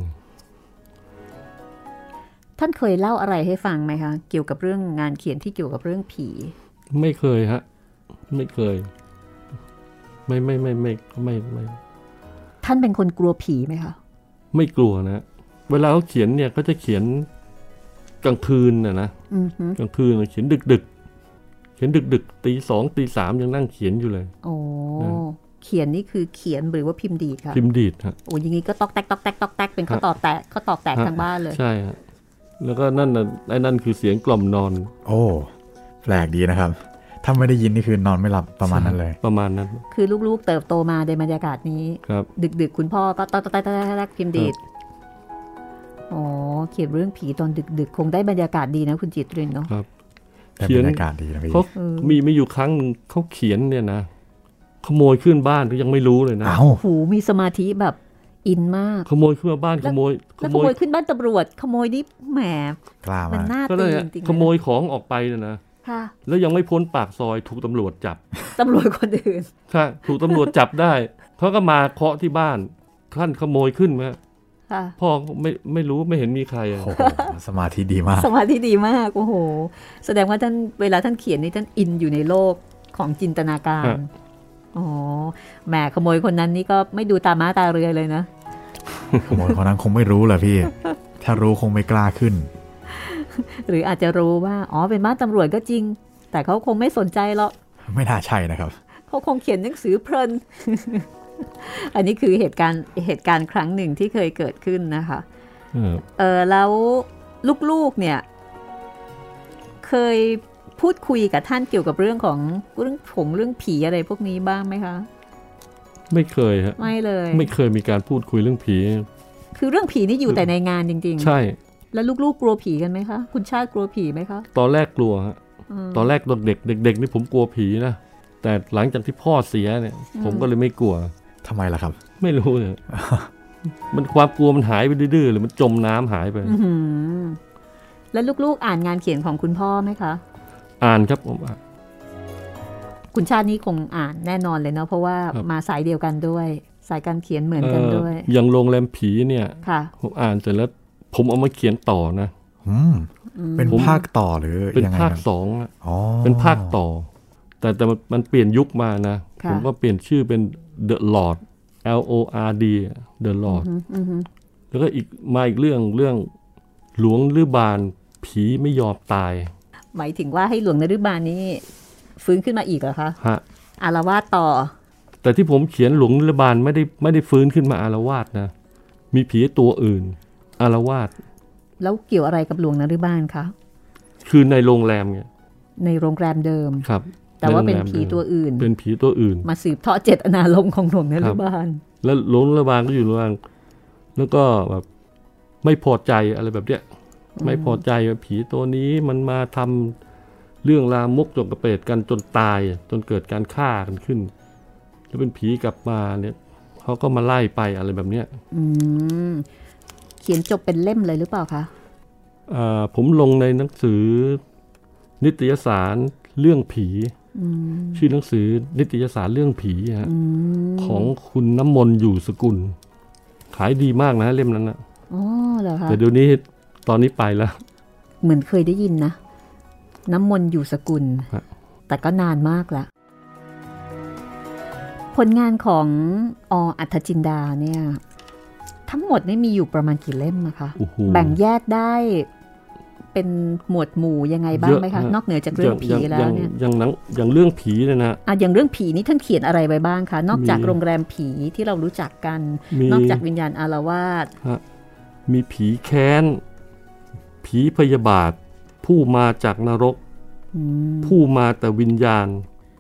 Speaker 2: ท่านเคยเล่าอะไรให้ฟังไหมคะ เกี่ยวกับเรื่องงานเขียนที่เกี่ยวกับเรื่องผี
Speaker 4: ๆ ไม่เคยฮะ ไม่เคย ไม่ไม่ไม่ไม่ไม่ไม่ไม่
Speaker 2: ท่านเป็นคนกลัวผีไหมคะ
Speaker 4: ไม่กลัวนะ เวลาเขาเขียนเนี่ยก็จะเขียนกลางคืนนะนะ
Speaker 2: อือหือก
Speaker 4: ลางคืนเขียนดึกดึกๆเขียนดึกดึกๆตีสองตีสามยังนั่งเขียนอยู่เลย
Speaker 2: โอ้
Speaker 4: นะ
Speaker 2: เขียนนี่คือเขียนหรือว่าพิมพ์ดีดคะ
Speaker 4: พิมพ์ดีดฮะ
Speaker 2: โอ้อยางงี้ก็ตอกแตกตอกแตกตอกแตกเป็น
Speaker 4: ครั
Speaker 2: ข้อบ ต่อแตกข้อต่อแตก
Speaker 4: ฮะ
Speaker 2: ทางบ้านเลย
Speaker 4: ใช่ฮะแล้วก็นั่นน่ะไอ้นั่นคือเสียงกล่อมนอน
Speaker 3: โอ้ แปลกดีนะครับ ถ้าไม่ได้ยินนี่คือนอนไม่หลับประมาณนั้นเลย
Speaker 4: ประมาณนั้น
Speaker 2: คือลูกๆ เติบโตมาในบรรยากาศนี้
Speaker 4: ครับ
Speaker 2: ดึกๆ คุณพ่อก็ตอกแตกตอกแตกตอกแตกพิมพ์ดีดอ๋อเขียนเรื่องผีตอนดึก ๆ คงได้บรรยากาศดีนะคุณจิตรินเนาะ
Speaker 4: ครับ
Speaker 3: แต่บรรยากาศดีนะพี่
Speaker 4: เขามีไม่อยู่ครั้งหนึ่งเขาเขียนเนี่ยนะขโมยขึ้นบ้านก็ยังไม่รู้เลยนะ
Speaker 3: เอ้า
Speaker 2: หูมีสมาธิแบบอินมาก
Speaker 4: ขโมยขึ้นมาบ้านขโมยข
Speaker 2: แล้วข
Speaker 4: โม
Speaker 2: โม
Speaker 4: ย
Speaker 2: ยขึ้นบ้านตำรวจ ขโมยนี่แหม
Speaker 3: กล้า
Speaker 2: มั
Speaker 3: มาน ก
Speaker 2: น่า
Speaker 4: ก็
Speaker 2: ตี
Speaker 4: เลยอะ
Speaker 2: จริงๆ
Speaker 4: ขโมยของออกไปเนี่ยนะ
Speaker 2: ค่ะ
Speaker 4: แล้วยังไม่พ้นปากซอยถูกตำรวจจับ
Speaker 2: ตำรวจคนอื่น
Speaker 4: ค่ะถูกตำรวจจับได้เขาก็มาเคาะที่บ้านท่านขโมยขึ้นมา
Speaker 2: ค่ะ
Speaker 4: พ่อไม่ไม่รู้ไม่เห็นมีใครอะ
Speaker 3: โอ้โหสมาธิดีมาก
Speaker 2: สมาธิดีมาก โอ้โห แสดงว่าท่านเวลาท่านเขียนนี่ท่านอินอยู่ในโลกของจินตนาการ อ๋อ แหมขโมยคนนั้นนี่ก็ไม่ดูตาม้าตาเรือเลยนะ
Speaker 3: ขโมยคนนั้นคงไม่รู้แหละพี่ ถ้ารู้คงไม่กล้าขึ้น
Speaker 2: หรืออาจจะรู้ว่า อ๋อ เป็นม้าตำรวจก็จริง แต่เขาคงไม่สนใจหรอก
Speaker 3: ไม่น่าใช่นะครับ
Speaker 2: เขาคงเขียนหนังสือเพลิน [laughs] อันนี้คือเหตุการณ์เหตุการณ์ครั้งหนึ่งที่เคยเกิดขึ้นนะคะ
Speaker 4: เออ
Speaker 2: เออแล้วลูกๆเนี่ย เคยพูดคุยกับท่านเกี่ยวกับเรื่องของเรื่องผงเรื่องผีอะไรพวกนี้บ้างไหมคะ
Speaker 4: ไม่เคยฮะ
Speaker 2: ไม่เลย
Speaker 4: ไม่เคยมีการพูดคุยเรื่องผี
Speaker 2: คือเรื่องผีนี่อยู่แต่ในงานจริง
Speaker 4: ใช่
Speaker 2: ๆ แล้วลูกๆกลัวผีกันไหมคะ คุณชาติกลัวผีไหมคะ
Speaker 4: ตอนแรกกลัวฮะ
Speaker 2: ม
Speaker 4: ตอนแรกตอนเด็กเด็กๆนี่ผมกลัวผีนะแต่หลังจากที่พ่อเสียเนี่ย ผมก็เลยไม่กลัว
Speaker 3: ทำไมล่ะครับ
Speaker 4: ไม่รู้เนี่ย
Speaker 3: [laughs]
Speaker 4: มันความกลัวมันหายไปดื้อๆหรือมันจมน้ำหายไป
Speaker 2: อื้อหือแล้วลูกๆอ่านงานเขียนของคุณพ่อไหมคะ
Speaker 4: อ่านครับผมอ่ะ
Speaker 2: คุณชาตินี้คงอ่านแน่นอนเลยเนาะเพราะว่า
Speaker 4: ครับ
Speaker 2: มาสายเดียวกันด้วย สายการเขียนเหมือนกันด้วย
Speaker 4: เอ่ออย่างโรงแรมผีเนี่ย
Speaker 2: ค่ะ
Speaker 4: ผมอ่านเสร็จแล้ว ผมเอามาเขียนต่อนะ
Speaker 3: อืม เป็น
Speaker 4: ผม
Speaker 3: ภาคต่อหรือ
Speaker 4: เป็น
Speaker 3: ยังไง
Speaker 4: ภาค
Speaker 3: ครับ
Speaker 4: สองอะ
Speaker 3: อ๋อ
Speaker 4: เป็นภาคต่อ แต่แต่มันมันเปลี่ยนยุคมานะ
Speaker 2: ค่ะ
Speaker 4: ผมก็เปลี่ยนชื่อเป็น The Lord L O R D The Lord
Speaker 2: อืมอืม
Speaker 4: แล้วก็อีกมาอีกเรื่องเรื่องหลวงลือบานผีไม่ยอมตาย
Speaker 2: หมายถึงว่าให้หลวงนฤบาลนี้ ฟื้นขึ้นมาอีกเหรอคะ
Speaker 4: ฮะ
Speaker 2: อารวาสต่อ
Speaker 4: แต่ที่ผมเขียนหลวงลือบานไม่ได้ไม่ได้ฟื้นขึ้นมาอารวาสนะ มีผีตัวอื่น อารวาส
Speaker 2: แล้วเกี่ยวอะไรกับหลวงนฤบาลคะ
Speaker 4: คือในโรงแรมไง
Speaker 2: ในโรงแรมเดิม
Speaker 4: ครับ
Speaker 2: แต่ว่าเป็น
Speaker 4: ใโรงแรม
Speaker 2: ผีตัวอื่น
Speaker 4: เป็นผีตัวอื่น
Speaker 2: มาสืบทอดเจตนารมณ์ของหลวงนฤบาล
Speaker 4: แล้วหลงระบางก็อยู่ระบางแล้วก็แบบไม่พอใจอะไรแบบเนี้ย ไม่พอใจว่าผีตัวนี้มันมาทำเรื่องรามกจกกระเปดกันจนตาย จนเกิดการฆ่ากันขึ้น แล้วเป็นผีกลับมาเนี่ยเขาก็มาไล่ไปอะไรแบบเนี้ย
Speaker 2: อืมเขียนจบเป็นเล่มเลยหรือเปล่าคะ
Speaker 4: อ่าผมลงในหนังสือ นิตยสารเรื่องผี
Speaker 2: อืม
Speaker 4: ชื่อหนังสือนิตยสารเรื่องผีฮะ
Speaker 2: อืม
Speaker 4: ของคุณน้ำมนต์อยู่สกุล ขายดีมากนะเล่มนั้นนะ
Speaker 2: อ๋อเหรอคะ
Speaker 4: แต่เดี๋ยวนี้ตอนนี้ไปแล้ว
Speaker 2: เหมือนเคยได้ยินนะ น้ำมนต์อยู่สกุล
Speaker 4: ครับ
Speaker 2: แต่ก็นานมากละ ผลงานของออัธจินดาเนี่ย ทั้งหมดนี่มีอยู่ประมาณกี่เล่มนะคะ
Speaker 4: โอ้โห
Speaker 2: แบ่งแยกได้เป็นหมวดหมู่ยังไงบ้างไหมคะ
Speaker 4: เยอะฮะ
Speaker 2: นอกเหนือจากเรื่องผีแล้วเนี่ย
Speaker 4: อย่างหนังอย่างเรื่องผีเนี่ยนะ
Speaker 2: อ่ะอย่างเรื่องผีนี่ท่านเขียนอะไรไปบ้างคะ นอกจาก
Speaker 4: มี
Speaker 2: โรงแรมผีที่เรารู้จักกัน
Speaker 4: มี
Speaker 2: นอกจากวิญญาณอารวาส
Speaker 4: มีผีแค้น ผีพยาบาท ผู้มาจากนรก
Speaker 2: อืม
Speaker 4: ผู้มาแต่วิญญาณ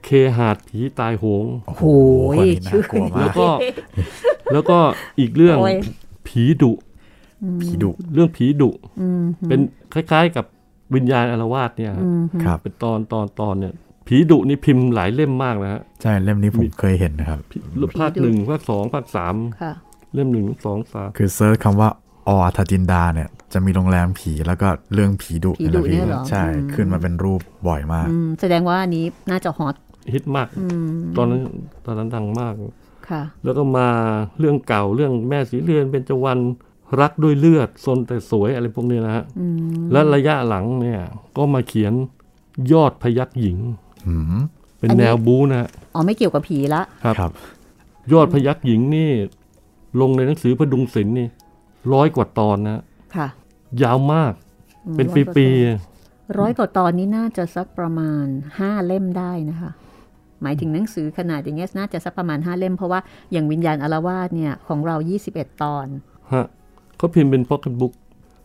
Speaker 4: เคหาดผีตายโหง
Speaker 3: โอ้โห
Speaker 2: โอ้ย
Speaker 3: คนนี้น่ากลัวมา
Speaker 2: ชื่อ
Speaker 4: แล้ว
Speaker 3: ก
Speaker 4: ก็ แล้วก็อีกเรื่อง
Speaker 2: โอ้ย
Speaker 4: ผีดุ
Speaker 3: ผีดุ
Speaker 4: เรื่องผีดุ
Speaker 2: อืม
Speaker 4: เป็นคล้ายๆ กับวิญญาณอารวาสเนี่ยฮะ
Speaker 2: อืม
Speaker 3: ครับ
Speaker 4: เป็นตอนตอนตอนเนี่ย ผีดุนี่พิมพ์หลายเล่มมากนะฮะ
Speaker 3: ใช่เล่มนี้ผมเคยเห็นนะครับ
Speaker 4: พิภาคหนึ่งภาคสองภาคสาม
Speaker 2: ค่ะ
Speaker 4: เล่มหนึ่งสองสาม
Speaker 3: คือเซิร์ชคำว่าออทาจินดาเนี่ย จะมีโรงแรมผีแล้วก็เรื่องผีดุ
Speaker 2: ผีดุ
Speaker 3: แหละพี่
Speaker 2: เนี่ยเหรอ
Speaker 3: ใช่
Speaker 2: อืม
Speaker 3: ขึ้นมาเป็นรูปบ่อยมาก
Speaker 2: อืมแสดงว่าอันนี้น่าจะฮอต
Speaker 4: ฮิตมาก ตอนนั้นตอนนั้นดังมาก
Speaker 2: ค่ะ
Speaker 4: แล้วก็มาเรื่องเก่าเรื่องแม่สีเรือนเป็นจวันรักด้วยเลือดซนแต่สวยอะไรพวกนี้นะฮะ
Speaker 2: อืม
Speaker 4: และระยะหลังเนี่ยก็มาเขียนยอดพยักหญิง
Speaker 3: อืม
Speaker 4: เป็น
Speaker 2: อันนี้
Speaker 4: แนวบู๊นะฮะ
Speaker 2: อ๋อไม่เกี่ยวกับผีละ
Speaker 4: ครับ
Speaker 3: ครับ
Speaker 4: ยอดพยักหญิงนี่ ลงในหนังสือพดุงศิลป์นี่ร้อยกว่าตอนนะฮะ
Speaker 2: ค่ะ
Speaker 4: ยาวมาก
Speaker 2: อืม
Speaker 4: เป็น
Speaker 2: ร้อยกว่า
Speaker 4: ปี
Speaker 2: ตอนร้อยกว่าตอนนี้น่าจะสักประมาณห้าเล่มได้นะคะ หมายถึงหนังสือขนาดอย่างเงี้ยน่าจะสักประมาณห้าเล่มเพราะว่าอย่างวิญญาณอารวาสเนี่ยของเรา 21 ตอน
Speaker 4: ๆฮะเขาพิมพ์เป็นพ็อกเก็ตบุ๊ก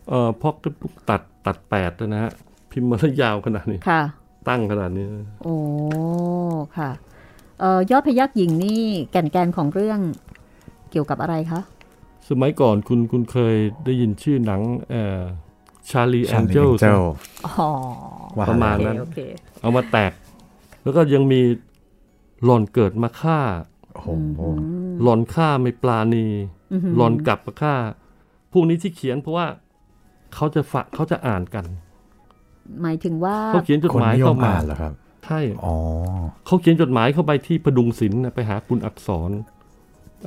Speaker 4: เอ่อพ็อกเก็ตบุ๊กตัดตัดแปดด้วยนะฮะพิมพ์มาแล้วยาวขนาดนี้
Speaker 2: ค่ะ
Speaker 4: ตั้งขนาดนี้นะ
Speaker 2: โอ้ค่ะเอ่อยอดพยักหญิงนี่แก่นแกนของเรื่องเกี่ยวกับอะไรคะ
Speaker 4: สมัยก่อนคุณคุณเคยได้ยินชื่อหนังเอ่อชาลีแอ
Speaker 3: ชาน น
Speaker 4: เจล
Speaker 3: เจ้า
Speaker 2: อ๋อ
Speaker 3: ว่า
Speaker 4: ประมาณ
Speaker 2: โอเค
Speaker 4: นั้น
Speaker 2: โอเค
Speaker 4: เอามาแตก แล้วก็ยังมีหล่อนเกิดมาฆ่า
Speaker 3: โอ้โห
Speaker 4: หล่อนฆ่าไม่ปลาณี
Speaker 2: หื
Speaker 4: หล่อนกลับมาฆ่า พวกนี้ที่เขียนเพราะว่าเขาจะฝะเขาจะอ่านกัน
Speaker 2: หมายถึงว่า
Speaker 4: เขาเขียนจด
Speaker 3: คน
Speaker 4: หมาย
Speaker 3: นิย
Speaker 4: เข้าม มา
Speaker 3: อ่านเหรอครับ
Speaker 4: ใช่
Speaker 3: อ๋อ
Speaker 4: เขาเขียนจดหมายเข้าไปที่พดุงศิลป์นะไปหาคุณอักษร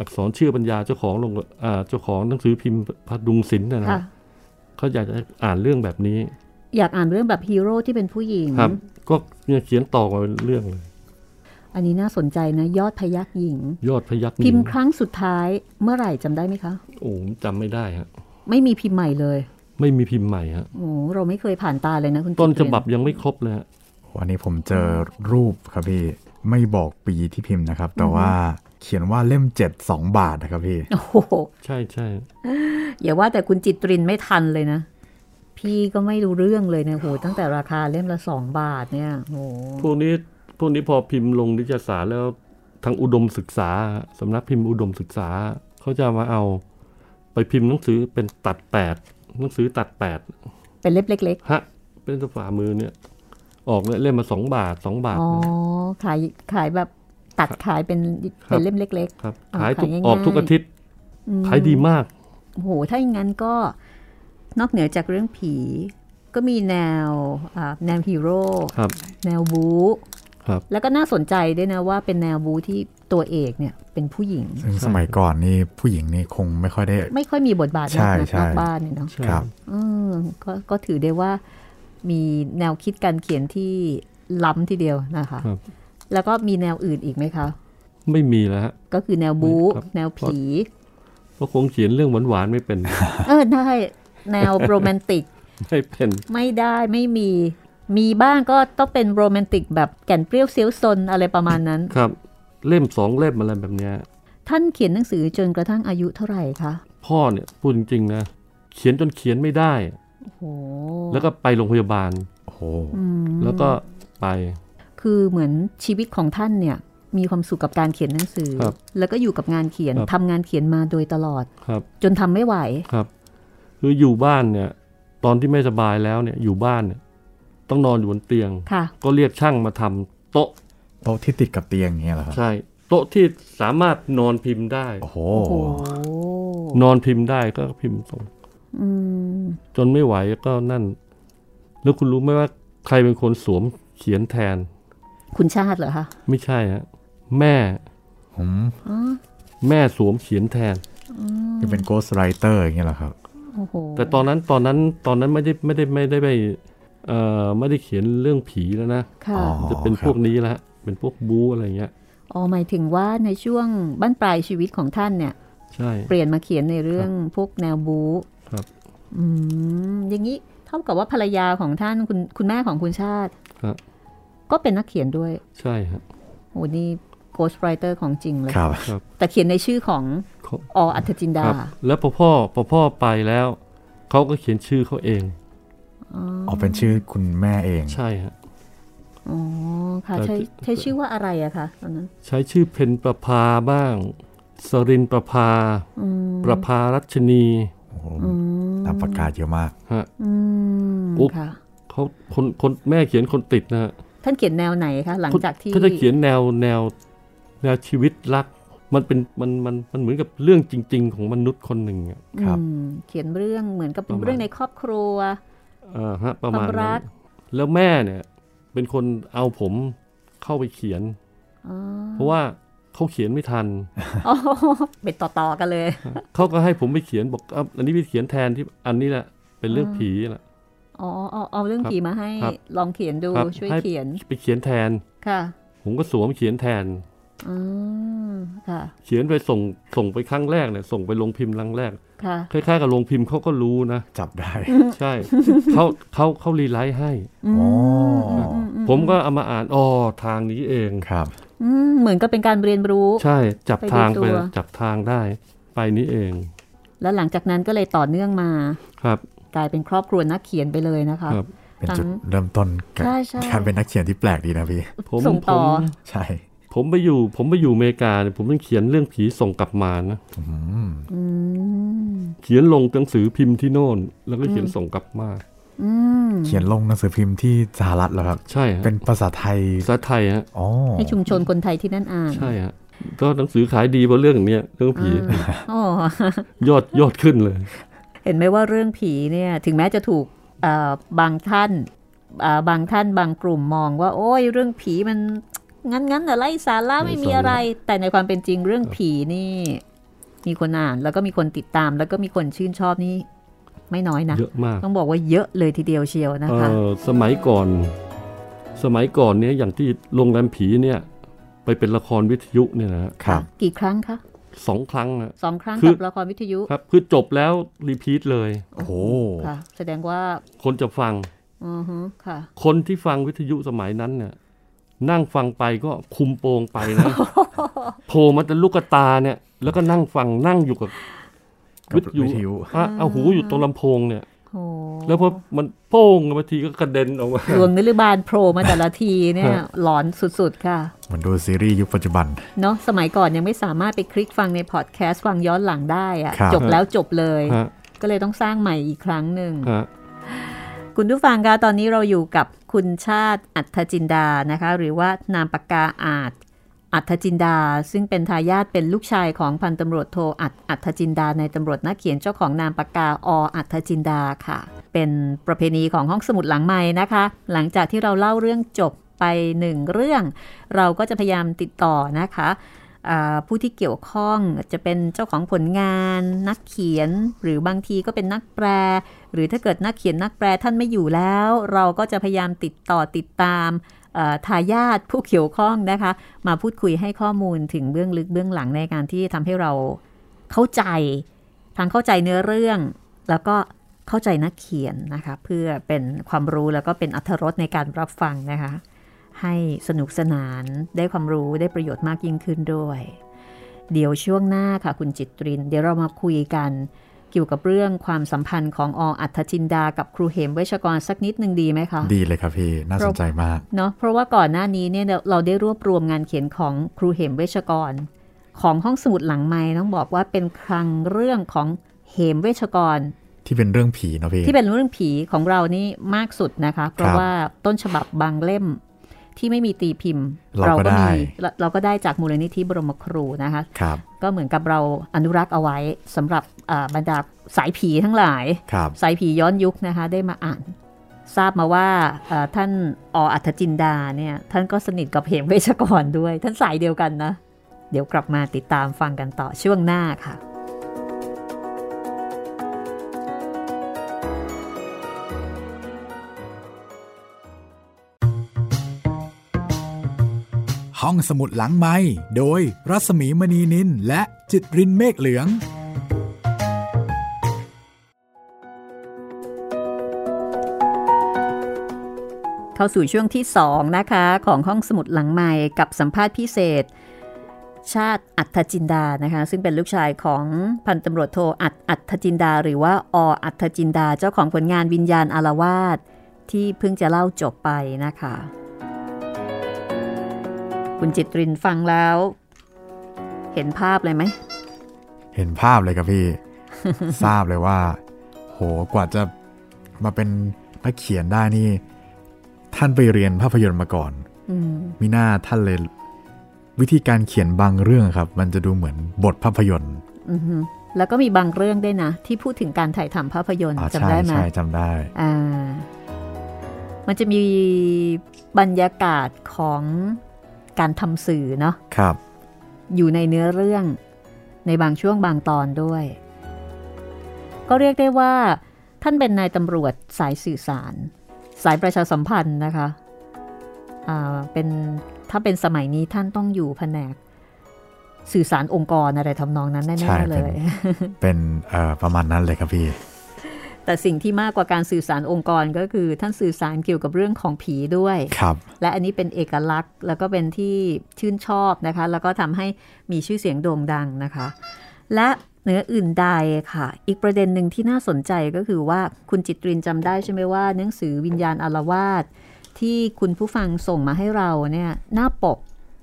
Speaker 4: อักษรชื่อปัญญาเจ้าของลงอ่าเจ้าของหนังสือพิมพ์พดุงศิลป์นะนะ
Speaker 2: ค่ะ
Speaker 4: เขาอยากจะอ่านเรื่องแบบนี้
Speaker 2: อยากอ่านเรื่องแบบฮีโร่ที่เป็นผู้หญิง
Speaker 4: ครับ ก็เนี่ยเขียนต่อมาเป็นเรื่องเลย
Speaker 2: อันนี้น่าสนใจนะยอดพยักหญิง
Speaker 4: ยอดพยักห
Speaker 2: พิ
Speaker 4: ญิ
Speaker 2: ม
Speaker 4: ง
Speaker 2: พ์ครั้งสุดท้ายเมื่อไหร่จำได้ไหมคะ
Speaker 4: โอ้ผมจำไม่ได้ฮะ
Speaker 2: ไม่มีพิมพ์ใหม่เลย
Speaker 4: ไม่มีพิมพ์ใหม่ฮะ
Speaker 2: โอ้เราไม่เคยผ่านตาเลยนะคุณ
Speaker 4: ต้น
Speaker 2: จิต
Speaker 4: ฉ
Speaker 2: เรีย
Speaker 4: บับยังไม่ครบเลยฮะ
Speaker 3: วันนี้ผมเจอรูปครับพี่ ไม่บอกปีที่พิมพ์นะครับ แต่ว่าเขียนว่าเล่มเจ็ดสองบาทนะครับพี่
Speaker 2: โอ้โห
Speaker 4: ใช่ใช่
Speaker 2: อย่าว่าแต่คุณจิตรินไม่ทันเลยนะ พี่ก็ไม่รู้เรื่องเลยนะโหตั้งแต่ราคาเล่มละสองบาทเนี่ยโห
Speaker 4: พวกนี้พวกนี้พอพิมพ์ลงนิตยสารแล้วทางอุดมศึกษาสำนักพิมพ์อุดมศึกษา เขาจะมาเอา ไปพิมพ์หนังสือเป็นตัดแปดหนังสือตัดแปด
Speaker 2: เป็นเล็บเล็ก
Speaker 4: ฮะ เป็นตัวฝ่ามือเนี่ย ออกเนี่ยเล่มมาสองบาทสองบา
Speaker 2: ๆ
Speaker 4: ท
Speaker 2: อ๋อขายขายแบบตัดขายเป็น
Speaker 4: ครับ
Speaker 2: เป็นเล่มเล็ก
Speaker 4: ครับ
Speaker 2: อ๋อ
Speaker 4: ขายทุ
Speaker 2: ขา
Speaker 4: ก
Speaker 2: ยง่ายๆ
Speaker 4: ออกทุกอาทิตย์
Speaker 2: ๆอืม
Speaker 4: ขายดีมาก
Speaker 2: โอ้โห ถ้าอย่างนั้นก็นอกเหนือจากเรื่องผี ก็มีแนวอ่าแนวฮีโร่
Speaker 4: ครับ
Speaker 2: แนวบู๊
Speaker 4: ครับ
Speaker 2: แล้วก็น่าสนใจด้วยนะว่าเป็นแนวบู๊ที่ตัวเอกเนี่ยเป็นผู้หญิง
Speaker 3: ซึ่งสมัยก่อนนี่ผู้หญิงนี่คงไม่ค่อยได้
Speaker 2: ไม่ค่อยมีบทบาท
Speaker 3: ใช่
Speaker 2: มากนัก
Speaker 3: ใช่
Speaker 2: นอกบ้านเนี่ยเนาะ
Speaker 4: ใช่
Speaker 3: ครับ
Speaker 2: เออก็ก็ถือได้ว่ามีแนวคิดการเขียนที่ล้ำทีเดียวนะคะ
Speaker 4: ครับ
Speaker 2: แล้วก็มีแนวอื่นอีกไหมคะ
Speaker 4: ไม่มีแล้วฮะ
Speaker 2: ก็คือแนวบู๊
Speaker 4: ครับ
Speaker 2: แนวผี
Speaker 4: เพราะคงเขียนเรื่องหวานๆไม่เป็น [laughs]
Speaker 2: เออได้แนวโรแมนติก
Speaker 4: ไม่เป็น
Speaker 2: [laughs] ไม่ได้ไม่มีมีบ้างก็ต้องเป็นโรแมนติกแบบแก่นเปรี้ยวเซียวซนอะไรประมาณนั้น
Speaker 4: ครับ เล่มสองเล่มอะไรแบบเนี้ย
Speaker 2: ท่านเขียนหนังสือจนกระทั่งอายุเท่าไหร่คะ
Speaker 4: พ่อเนี่ยพูดจริงๆนะ เขียนจนเขียนไม่ได้
Speaker 2: โอ้โห
Speaker 4: แล้วก็ไปโรงพยาบาล
Speaker 3: โอ้โห
Speaker 2: อืม
Speaker 4: แล้วก็ไป
Speaker 2: คือเหมือนชีวิตของท่านเนี่ยมีความสุขกับการเขียนหนังสือ
Speaker 4: ครับ
Speaker 2: แล้วก็อยู่กับงานเขียน
Speaker 4: ครับ
Speaker 2: ทำงานเขียนมาโดยตลอด
Speaker 4: ครับ
Speaker 2: จนทำไม่ไหว
Speaker 4: คืออยู่บ้านเนี่ย ตอนที่ไม่สบายแล้วเนี่ยอยู่บ้านเนี่ย ต้องนอนอยู่บนเตียง
Speaker 2: ค่ะ
Speaker 4: ก็เรียกช่างมาทำโต๊ะ
Speaker 3: โต๊ะที่ติดกับเตียงอย่างเงี้ยเหรอครับ
Speaker 4: ใช่ โต๊ะที่สามารถนอนพิมพ์ได้
Speaker 3: โอ้โห
Speaker 2: โอ้โห
Speaker 4: นอนพิมพ์ได้ก็พิมพ์ส่ง
Speaker 2: อืม
Speaker 4: จนไม่ไหวก็นั่น แล้วคุณรู้ไหมว่าใครเป็นคนสวมเขียนแทน
Speaker 2: คุณชาติเหรอคะ
Speaker 4: ไม่ใช่ฮะแม่
Speaker 3: ผม
Speaker 2: อ๋อ
Speaker 4: แม่สวมเขียนแทน
Speaker 3: จะเป็นโกสไรเตอร์อย่างเงี้ยเหรอครับ
Speaker 2: โอ้โห
Speaker 4: แต่ตอนนั้นตอนนั้นตอนนั้นไม่ได้ไม่ได้ไม่ได้ไปเอ่อไม่ได้เขียนเรื่องผีแล้วนะ
Speaker 2: ค่ะ
Speaker 3: อ๋อ
Speaker 4: จะเป็น
Speaker 3: ครั
Speaker 4: พ
Speaker 3: บ
Speaker 4: วกนี้ละเป็นพวกบู๊อะไรเงี้ย
Speaker 2: อ๋อหมายถึงว่าในช่วงบั้นปลายชีวิตของท่านเนี่ย
Speaker 4: ใช่
Speaker 2: เปลี่ยนมาเขียนในเรื่องพวกแนวบู๊
Speaker 4: ครับ
Speaker 2: อืม อย่างนี้เท่ากับว่าภรรยาของท่านคุณคุณแม่ของคุณชาติ
Speaker 4: ครับ
Speaker 2: ก็เป็นนักเขียนด้วย
Speaker 4: ใช่ฮะ
Speaker 2: โอ้นี่โกสไรเตอร์ของจริงเลย
Speaker 3: ครับ
Speaker 2: แต่เขียนในชื่อของ
Speaker 4: ของ
Speaker 2: ออัธจินดา
Speaker 4: ครับ แล้วพอพ่อพอพ่อไปแล้วเขาก็เขียนชื่อเขาเอง
Speaker 3: อ๋อ เป็นชื่อคุณแม่เอง
Speaker 4: ใช่ฮะ
Speaker 2: อ๋อค่ะ ใช้ใช้ชื่อว่าอะไรอะคะตอนนั้น
Speaker 4: ใช้ชื่อเพนประภาบ้าง สรินประภา
Speaker 2: อืม
Speaker 4: ประภารัชนี
Speaker 3: โอ้โหนามปากกาเยอะมาก
Speaker 4: ฮะ
Speaker 2: อืม
Speaker 4: อุ๊บ
Speaker 2: ค่ะ
Speaker 4: เขาคนคนแม่เขียนคนติดนะฮะ
Speaker 2: ท่านเขียนแนวไหนคะหลังจากที่
Speaker 4: เขาจะเขียนแนวแนวแนวชีวิตรัก มันเป็นมันมันมันเหมือนกับเรื่องจริง ๆ ของมนุษย์คนหนึ่งอะ
Speaker 3: ครับ
Speaker 2: อืมเขียนเรื่องเหมือนกับเป็น
Speaker 4: ประมาณ
Speaker 2: เรื่องในครอบครัว
Speaker 4: อ่าฮะประมาณ
Speaker 2: ความรั
Speaker 4: นั้
Speaker 2: ก
Speaker 4: นแล้วแม่เนี่ย เป็นคนเอาผมเข้าไปเขียน
Speaker 2: อ๋อ
Speaker 4: เพราะว่าเขาเขียนไม่ทัน
Speaker 2: อ๋อเป็นต่อๆกันเลย
Speaker 4: เขาก็ให้ผมไปเขียนบอกเอาอันนี้ไปเขียนแทนที่อันนี้แหละ เป็นเรื่องผีแหละ
Speaker 2: อ๋อเอาเอาเรื่องผีมาให้
Speaker 4: ครับ
Speaker 2: ลองเขียนดู
Speaker 4: ครับ
Speaker 2: ช่วย
Speaker 4: ให้
Speaker 2: เขียน
Speaker 4: ไปเขียนแทน
Speaker 2: ค่ะ
Speaker 4: ผมก็สวมเขียนแทน
Speaker 2: อืมค่ะ
Speaker 4: เขียนไปส่งส่งไปครั้งแรกเนี่ยส่งไปลงพิมพ์ครั้งแรก
Speaker 2: ค่ะ
Speaker 4: คล้ายๆกับลงพิมพ์เขาก็รู้นะ
Speaker 3: จับได้
Speaker 4: ใช่ เขาเขาเขารีไลท์ให้
Speaker 2: อืม
Speaker 3: อ๋ออ
Speaker 4: ผมก็เอามาอ่านอ๋อทางนี้เอง
Speaker 3: ครับ
Speaker 2: อืมเหมือนกับเป็นการเรียนรู้
Speaker 4: ใช่จับ
Speaker 2: ไปดู
Speaker 4: ทางไป
Speaker 2: ตัว
Speaker 4: จับทางได้ ไปนี้เอง
Speaker 2: แล้วหลังจากนั้นก็เลยต่อเนื่องมา
Speaker 4: ครับ
Speaker 2: กลายเป็นครอบครัวนักเขียนไปเลยนะคะ
Speaker 4: ครับ
Speaker 3: เป็นจุดเริ่มต้นกับ
Speaker 2: ใช่ใช่
Speaker 3: การเป็นนักเขียนที่แปลกดีนะพี่
Speaker 4: ผม
Speaker 2: ส่ง
Speaker 4: ผ
Speaker 2: ต่อ
Speaker 4: ม
Speaker 3: ใช่
Speaker 4: ผมไปอยู่ผมไปอยู่อเมริกาเนี่ยผมต้องเขียนเรื่องผีส่งกลับมานะ
Speaker 3: อืม
Speaker 2: อืม
Speaker 4: เขียนลงหนังสือพิมพ์ที่โน่น แล้วก็เขียนส่งกลับมา
Speaker 2: อืม
Speaker 3: เขียนลงหนังสือพิมพ์ที่สหรัฐเหรอครับ
Speaker 4: ใช่ฮะ
Speaker 3: เป็นภาษาไทย
Speaker 4: ภาษาไทยฮะ
Speaker 3: อ๋อ
Speaker 2: ให้ชุมชนคนไทยที่นั่นอ่าน
Speaker 4: ใช่ฮะก็หนังสือขายดีเพราะเรื่องเนี้ยเรื่องผี
Speaker 2: อ๋อย
Speaker 4: อดยอดขึ้นเลย
Speaker 2: เห็นไหมว่าเรื่องผีเนี่ย ถึงแม้จะถูกเอ่อบางท่าน อ่าบางท่านบางกลุ่มมองว่า โอ้ยเรื่องผีมันงั้นงั้นอะไรสาระไม่มีอะไร แต่ในความเป็นจริงเรื่องผีนี่ มีคนอ่านแล้วก็มีคนติดตาม แล้วก็มีคนชื่นชอบนี่ไม่น้อยนะ
Speaker 4: เยอะมาก
Speaker 2: ต้องบอกว่าเยอะเลยทีเดียวเชียวนะคะ
Speaker 4: เอ่อสมัยก่อน สมัยก่อนเนี่ยอย่างที่โรงแรมผีเนี่ย ไปเป็นละครวิทยุเนี่ยนะฮะ
Speaker 3: ครับ
Speaker 2: กี่ครั้งคะ
Speaker 4: สองครั้งนะ
Speaker 2: สองครั้ง
Speaker 4: คือ
Speaker 2: กับละครวิทยุ
Speaker 4: ครับ คือจบแล้วรีพีทเลย
Speaker 3: โอ้โห
Speaker 2: ค่ะ แสดงว่า
Speaker 4: คนจะฟัง
Speaker 2: อือฮึค่ะ
Speaker 4: คนที่ฟังวิทยุสมัยนั้นเนี่ย นั่งฟังไปก็คุมโปงไป
Speaker 2: [laughs]
Speaker 4: นะ โผล่มาแต่ลูกกระตาเนี่ย แล้วก็นั่งฟังนั่งอยู่กับ
Speaker 3: กับวิทยุ
Speaker 4: อ่ะเอาหูอยู่ตรงลำโพงเนี่ย
Speaker 2: โอ้
Speaker 4: แล้วพอมันโป้งบางทีก็กระเด็นออกมา
Speaker 2: ดวงนิรบาลโผล่มาแต่ละทีเนี่ย
Speaker 4: ฮะ
Speaker 2: หลอนสุดๆค่ะ
Speaker 3: เหมือนดูซีรีส์ยุคปัจจุบัน
Speaker 2: เนาะสมัยก่อนยังไม่สามารถไปคลิกฟังในพอดแคสต์ฟังย้อนหลังได้อะ
Speaker 3: ครับ
Speaker 2: จบแล้วจบเลย
Speaker 4: ฮะ
Speaker 2: ก็เลยต้องสร้างใหม่อีกครั้งหนึ่ง
Speaker 4: ฮะ
Speaker 2: คุณผู้ฟังคะตอนนี้เราอยู่กับคุณชาติอัธจินดานะคะ หรือว่านามปากกาอาจอัธจินดา ซึ่งเป็นทายาทเป็นลูกชายของพันตำรวจโทอัดอัธจินดาในตำรวจนักเขียนเจ้าของนามปากกาออัธจินดาค่ะ เป็นประเพณีของห้องสมุดหลังใหม่นะคะ หลังจากที่เราเล่าเรื่องจบไปหนึ่งเรื่อง เราก็จะพยายามติดต่อนะคะอ่าผู้ที่เกี่ยวข้องจะเป็นเจ้าของผลงาน นักเขียนหรือบางทีก็เป็นนักแปล หรือถ้าเกิดนักเขียนนักแปลท่านไม่อยู่แล้ว เราก็จะพยายามติดต่อติดตามเอ่อทายาทผู้เกี่ยวข้องนะคะ มาพูดคุยให้ข้อมูลถึงเบื้องลึกเบื้องหลังในการที่ทำให้เราเข้าใจ ทั้งเข้าใจเนื้อเรื่อง แล้วก็เข้าใจนักเขียนนะคะ เพื่อเป็นความรู้แล้วก็เป็นอรรถรสในการรับฟังนะคะ ให้สนุกสนานได้ความรู้ได้ประโยชน์มากยิ่งขึ้นด้วย เดี๋ยวช่วงหน้าค่ะคุณจิตริน เดี๋ยวเรามาคุยกัน เกี่ยวกับเรื่องความสัมพันธ์ของออัธจินดา กับครูเหมเวชกรสักนิดหนึ่งดีไหมคะ
Speaker 3: ดีเลยครับพี่ น่าสนใจมาก
Speaker 2: เนาะเพราะว่าก่อนหน้านี้เนี่ยเราได้รวบรวมงานเขียนของครูเหมเวชกร ของห้องสมุดหลังไม้ต้องบอกว่าเป็นคลังเรื่องของเหมเวชกร
Speaker 3: ที่เป็นเรื่องผีเนาะพี่
Speaker 2: ที่เป็นเรื่องผีของเรานี่มากสุดนะคะ เพราะว่าต้นฉบับบางเล่มที่ไม่มีตีพิมพ์
Speaker 3: เราก็ได้
Speaker 2: มีเราเราก็ได้จากมูลนิธิบรมครูนะคะ
Speaker 3: ครับ
Speaker 2: ก็เหมือนกับเราอนุรักษ์เอาไว้สำหรับอ่าบรรดาสายผีทั้งหลาย
Speaker 3: ครับ
Speaker 2: สายผีย้อนยุคนะคะได้มาอ่าน ทราบมาว่าเอ่อท่านออัธจินดาเนี่ยท่านก็สนิทกับเหมเวชกรด้วย ท่านสายเดียวกันนะ เดี๋ยวกลับมาติดตามฟังกันต่อช่วงหน้าค่ะ
Speaker 1: ห้องสมุดหลังไม้โดยรัสมีมณีนินและจิตรินเมฆเหลือง
Speaker 2: เข้าสู่ช่วงที่ 2 นะคะ ของห้องสมุดหลังใหม่กับสัมภาษณ์พิเศษ ชาติอัธจินดานะคะ ซึ่งเป็นลูกชายของพันตำรวจโทอัดอัธจินดา หรือว่าออัธจินดาเจ้าของผลงานวิญญาณอารวาสที่เพิ่งจะเล่าจบไปนะคะ คุณจิตรินฟังแล้ว เห็นภาพเลยไหม
Speaker 3: เห็นภาพเลยครับพี่ ทราบเลยว่า โหกว่าจะมาเป็นนักเขียนได้นี่ ท่านไปเรียนภาพยนตร์มาก่อน
Speaker 2: อืม
Speaker 3: มิน่าท่านเลย วิธีการเขียนบางเรื่องครับ มันจะดูเหมือนบทภาพยนตร์
Speaker 2: อือฮึแล้วก็มีบางเรื่องด้วยนะ ที่พูดถึงการถ่ายทำภาพยนตร์
Speaker 3: อ่า
Speaker 2: จำ
Speaker 3: ใช่
Speaker 2: ได้ไหม
Speaker 3: ใช่จำได้
Speaker 2: อ่ามันจะมีบรรยากาศของการทำสื่อเนาะ
Speaker 3: ครับ
Speaker 2: อยู่ในเนื้อเรื่องในบางช่วงบางตอนด้วย ก็เรียกได้ว่า ท่านเป็นนายตำรวจสายสื่อสาร สายประชาสัมพันธ์นะคะอ่าเป็นถ้าเป็นสมัยนี้ท่านต้องอยู่แผนก สื่อสารองค์กรอะไรทำนองนั้น
Speaker 3: ใช่เป็
Speaker 2: แน่ๆ
Speaker 3: น
Speaker 2: เลย
Speaker 3: เป็นเอ่อประมาณนั้นเลยครับพี่
Speaker 2: แต่สิ่งที่มากกว่าการสื่อสารองค์กรก็คือ ท่านสื่อสารเกี่ยวกับเรื่องของผีด้วย
Speaker 3: ครับ
Speaker 2: และอันนี้เป็นเอกลักษณ์แล้วก็เป็นที่ชื่นชอบนะคะ แล้วก็ทำให้มีชื่อเสียงโด่งดังนะคะ และเหนืออื่นใดค่ะ อีกประเด็นหนึ่งที่น่าสนใจก็คือว่าคุณจิตรินจำได้ใช่ไหมว่าหนังสือวิญญาณอารวาสที่คุณผู้ฟังส่งมาให้เราเนี่ยหน้าปก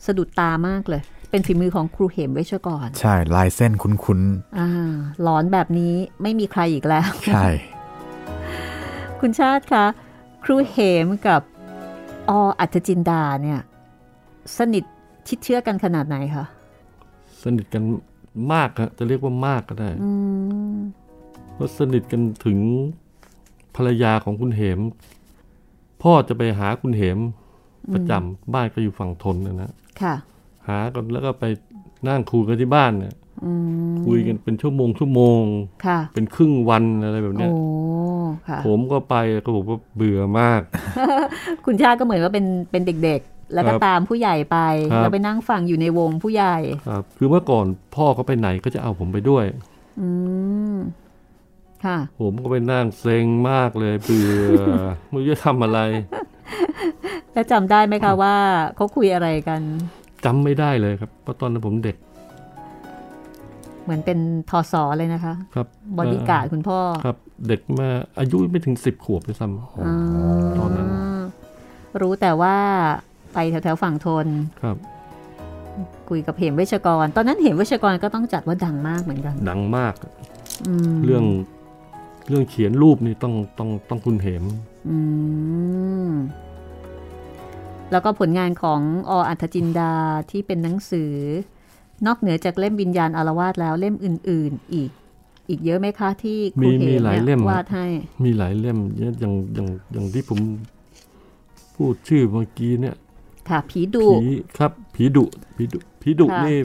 Speaker 2: สะดุดตามากเลย เป็นฝีมือของครูเหมเวชกร
Speaker 3: ใช่ลายเส้นคุ้น
Speaker 2: อ่าหลอนแบบนี้ไม่มีใครอีกแล้ว
Speaker 3: ๆ ใช่
Speaker 2: คุณชาติคะครูเหมกับออัจจินดาเนี่ย สนิทชิดเชื่อกันขนาดไหนคะ
Speaker 4: สนิทกันมากฮะจะเรียกว่ามากก็ได้
Speaker 2: อืม
Speaker 4: เพราะสนิทกันถึงภรรยาของคุณเหม พ่อจะไปหาคุณเหมประจำบ้านก็อยู่ฝั่งทนนะนะ
Speaker 2: ค่ะ
Speaker 4: หากันแล้วก็ไปนั่งคุยกันที่บ้านเนี่ย
Speaker 2: อืม
Speaker 4: คุยกันเป็นชั่วโมงชั่วโมง
Speaker 2: ค่ะ
Speaker 4: เป็นครึ่งวันอะไรแบบเนี้
Speaker 2: โอ้
Speaker 4: ย
Speaker 2: ค่ะ
Speaker 4: ผมก็ไปก็ผมก็เบื่อมาก
Speaker 2: คุณชาก็เหมือนว่าเป็น เป็นเด็กๆ แล้วก็
Speaker 4: ครับ
Speaker 2: ตามผู้ใหญ่ไป
Speaker 4: ครับ
Speaker 2: เราไปนั่งฟังอยู่ในวงผู้ใหญ่
Speaker 4: ครับคือเมื่อก่อนพ่อเขาไปไหนก็จะเอาผมไปด้วย
Speaker 2: อืม ค่ะ
Speaker 4: ผมก็ไปนั่งเซ็งมากเลยเบื่อ ไม่รู้จะทำอะไร
Speaker 2: แล้วจำได้ไหมคะว่าเขาคุยอะไรกัน
Speaker 4: จำไม่ได้เลยครับเพราะตอนนั้นผมเด็ก
Speaker 2: เหมือนเป็นทอสอเลยนะคะ
Speaker 4: ครับ
Speaker 2: บอดี้การ์ดคุณพ่อ
Speaker 4: เอ่อครับ เด็กมาอายุไม่ถึงสิบขวบด้วยซ้
Speaker 2: อ่า
Speaker 4: ำตอนนั้น
Speaker 2: รู้แต่ว่าไปแถวๆฝั่งทน
Speaker 4: ครับ
Speaker 2: คุยกับเหมเวชกร ตอนนั้นเหมเวชกรก็ต้องจัดว่าดังมากเหมือนกัน
Speaker 4: ดังมาก
Speaker 2: อืม
Speaker 4: เรื่องเรื่องเขียนรูปนี่ต้องต้องต้องคุณเหม
Speaker 2: อืมแล้วก็ผลงานของออัธจินดาที่เป็นหนังสือ นอกเหนือจากเล่มวิญญาณอารวาสแล้วเล่มอื่น ๆ อีก อีกเยอะไหมคะที่ครู
Speaker 4: มี
Speaker 2: เห
Speaker 4: มีหลาย
Speaker 2: นี่
Speaker 4: เล่มอะ
Speaker 2: วาดให้
Speaker 4: มีหลายเล่มเนี่ยอย่างอย่างอย่างที่ผมพูดชื่อเมื่อกี้เนี่ย
Speaker 2: ค่ะ ผีดุ
Speaker 4: ผีครับผีดุผีดุผีดุ
Speaker 2: ค่ะ
Speaker 4: นี่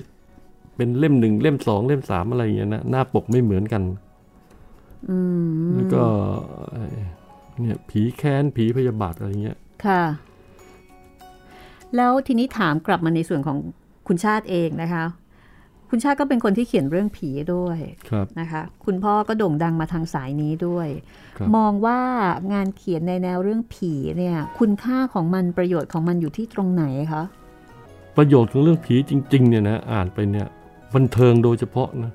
Speaker 4: เป็นเล่มหนึ่งเล่มสองเล่มสามอะไรอย่างเงี้ยนะหน้าปกไม่เหมือนกัน
Speaker 2: อืม
Speaker 4: แล้วก็เอ่อเนี่ยผีแค้นผีพยาบาทอะไรเงี้ย
Speaker 2: ค่ะ แล้วทีนี้ถามกลับมาในส่วนของคุณชาติเองนะคะ คุณชาติก็เป็นคนที่เขียนเรื่องผีด้วย
Speaker 4: ครับ
Speaker 2: นะคะคุณพ่อก็โด่งดังมาทางสายนี้ด้วย
Speaker 4: ครับ
Speaker 2: มองว่างานเขียนในแนวเรื่องผีเนี่ย คุณค่าของมันประโยชน์ของมันอยู่ที่ตรงไหนคะ
Speaker 4: ประโยชน์ของเรื่องผีจริงๆเนี่ยนะอ่านไปเนี่ยบันเทิงโดยเฉพาะนะ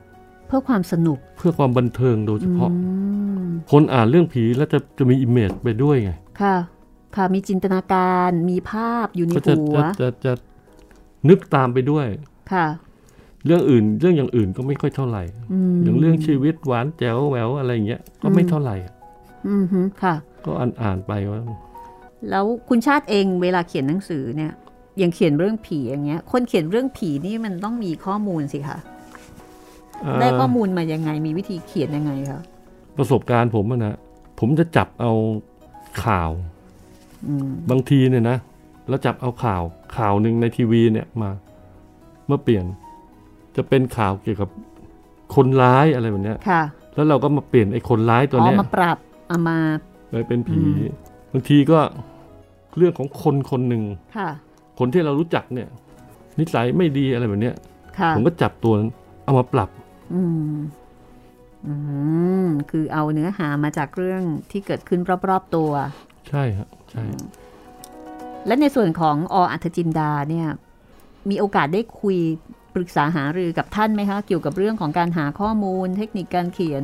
Speaker 2: เพื่อความสนุก
Speaker 4: เพื่อความบันเทิงโดยเฉพาะ
Speaker 2: อืม
Speaker 4: คนอ่านเรื่องผีแล้วจะจะมีอิมเมจไปด้วยไง
Speaker 2: ค่ะ ค่ะมีจินตนาการมีภาพอยู่ใน
Speaker 4: ก็จะ
Speaker 2: หัว
Speaker 4: จะจะจะนึกตามไปด้วย
Speaker 2: ค่ะ
Speaker 4: เรื่องอื่นเรื่องอย่างอื่นก็ไม่ค่อยเท่าไหร่
Speaker 2: ม
Speaker 4: อย่างเรื่องชีวิตหวานแจ๋วแหววอะไรเงี้ยก็ไม่เท่าไหร่
Speaker 2: อืมฮึค่ะ
Speaker 4: ก็อ่านอ่านไปว่า
Speaker 2: แล้วคุณชาติเองเวลาเขียนหนังสือเนี่ยอย่างเขียนเรื่องผีอย่างเงี้ย คนเขียนเรื่องผีนี่มันต้องมีข้อมูลสิคะได้ข้อมูลมายังไง มีวิธีเขียนยังไงคะ
Speaker 4: ประสบการณ์ผมอะนะผมจะจับเอาข่าว
Speaker 2: อืม
Speaker 4: บางทีเนี่ยนะแล้วจับเอาข่าวข่าวหนึ่งในทีวีเนี่ยมามาเปลี่ยน จะเป็นข่าวเกี่ยวกับคนร้ายอะไรแบบเนี้ย
Speaker 2: ค่ะ
Speaker 4: แล้วเราก็มาเปลี่ยนไอ้คนร้ายตัว
Speaker 2: อ๋อ
Speaker 4: เนี้ย
Speaker 2: มาปรับเอามา
Speaker 4: ไปเป็นผี
Speaker 2: อืม
Speaker 4: บางทีก็เรื่องของคนคนหนึ่ง
Speaker 2: ค่ะ
Speaker 4: คนที่เรารู้จักเนี่ย นิสัยไม่ดีอะไรแบบเนี้ย
Speaker 2: ค่ะ
Speaker 4: ผมก็จับตัวนั้นเอามาปรับ
Speaker 2: อืม อืม คือเอาเนื้อหามาจากเรื่องที่เกิดขึ้นรอบๆตัว
Speaker 4: ใช่ฮะใช่
Speaker 2: และในส่วนของออัธจินดาเนี่ย มีโอกาสได้คุยปรึกษาหารือกับท่านไหมคะ เกี่ยวกับเรื่องของการหาข้อมูล เทคนิคการเขียน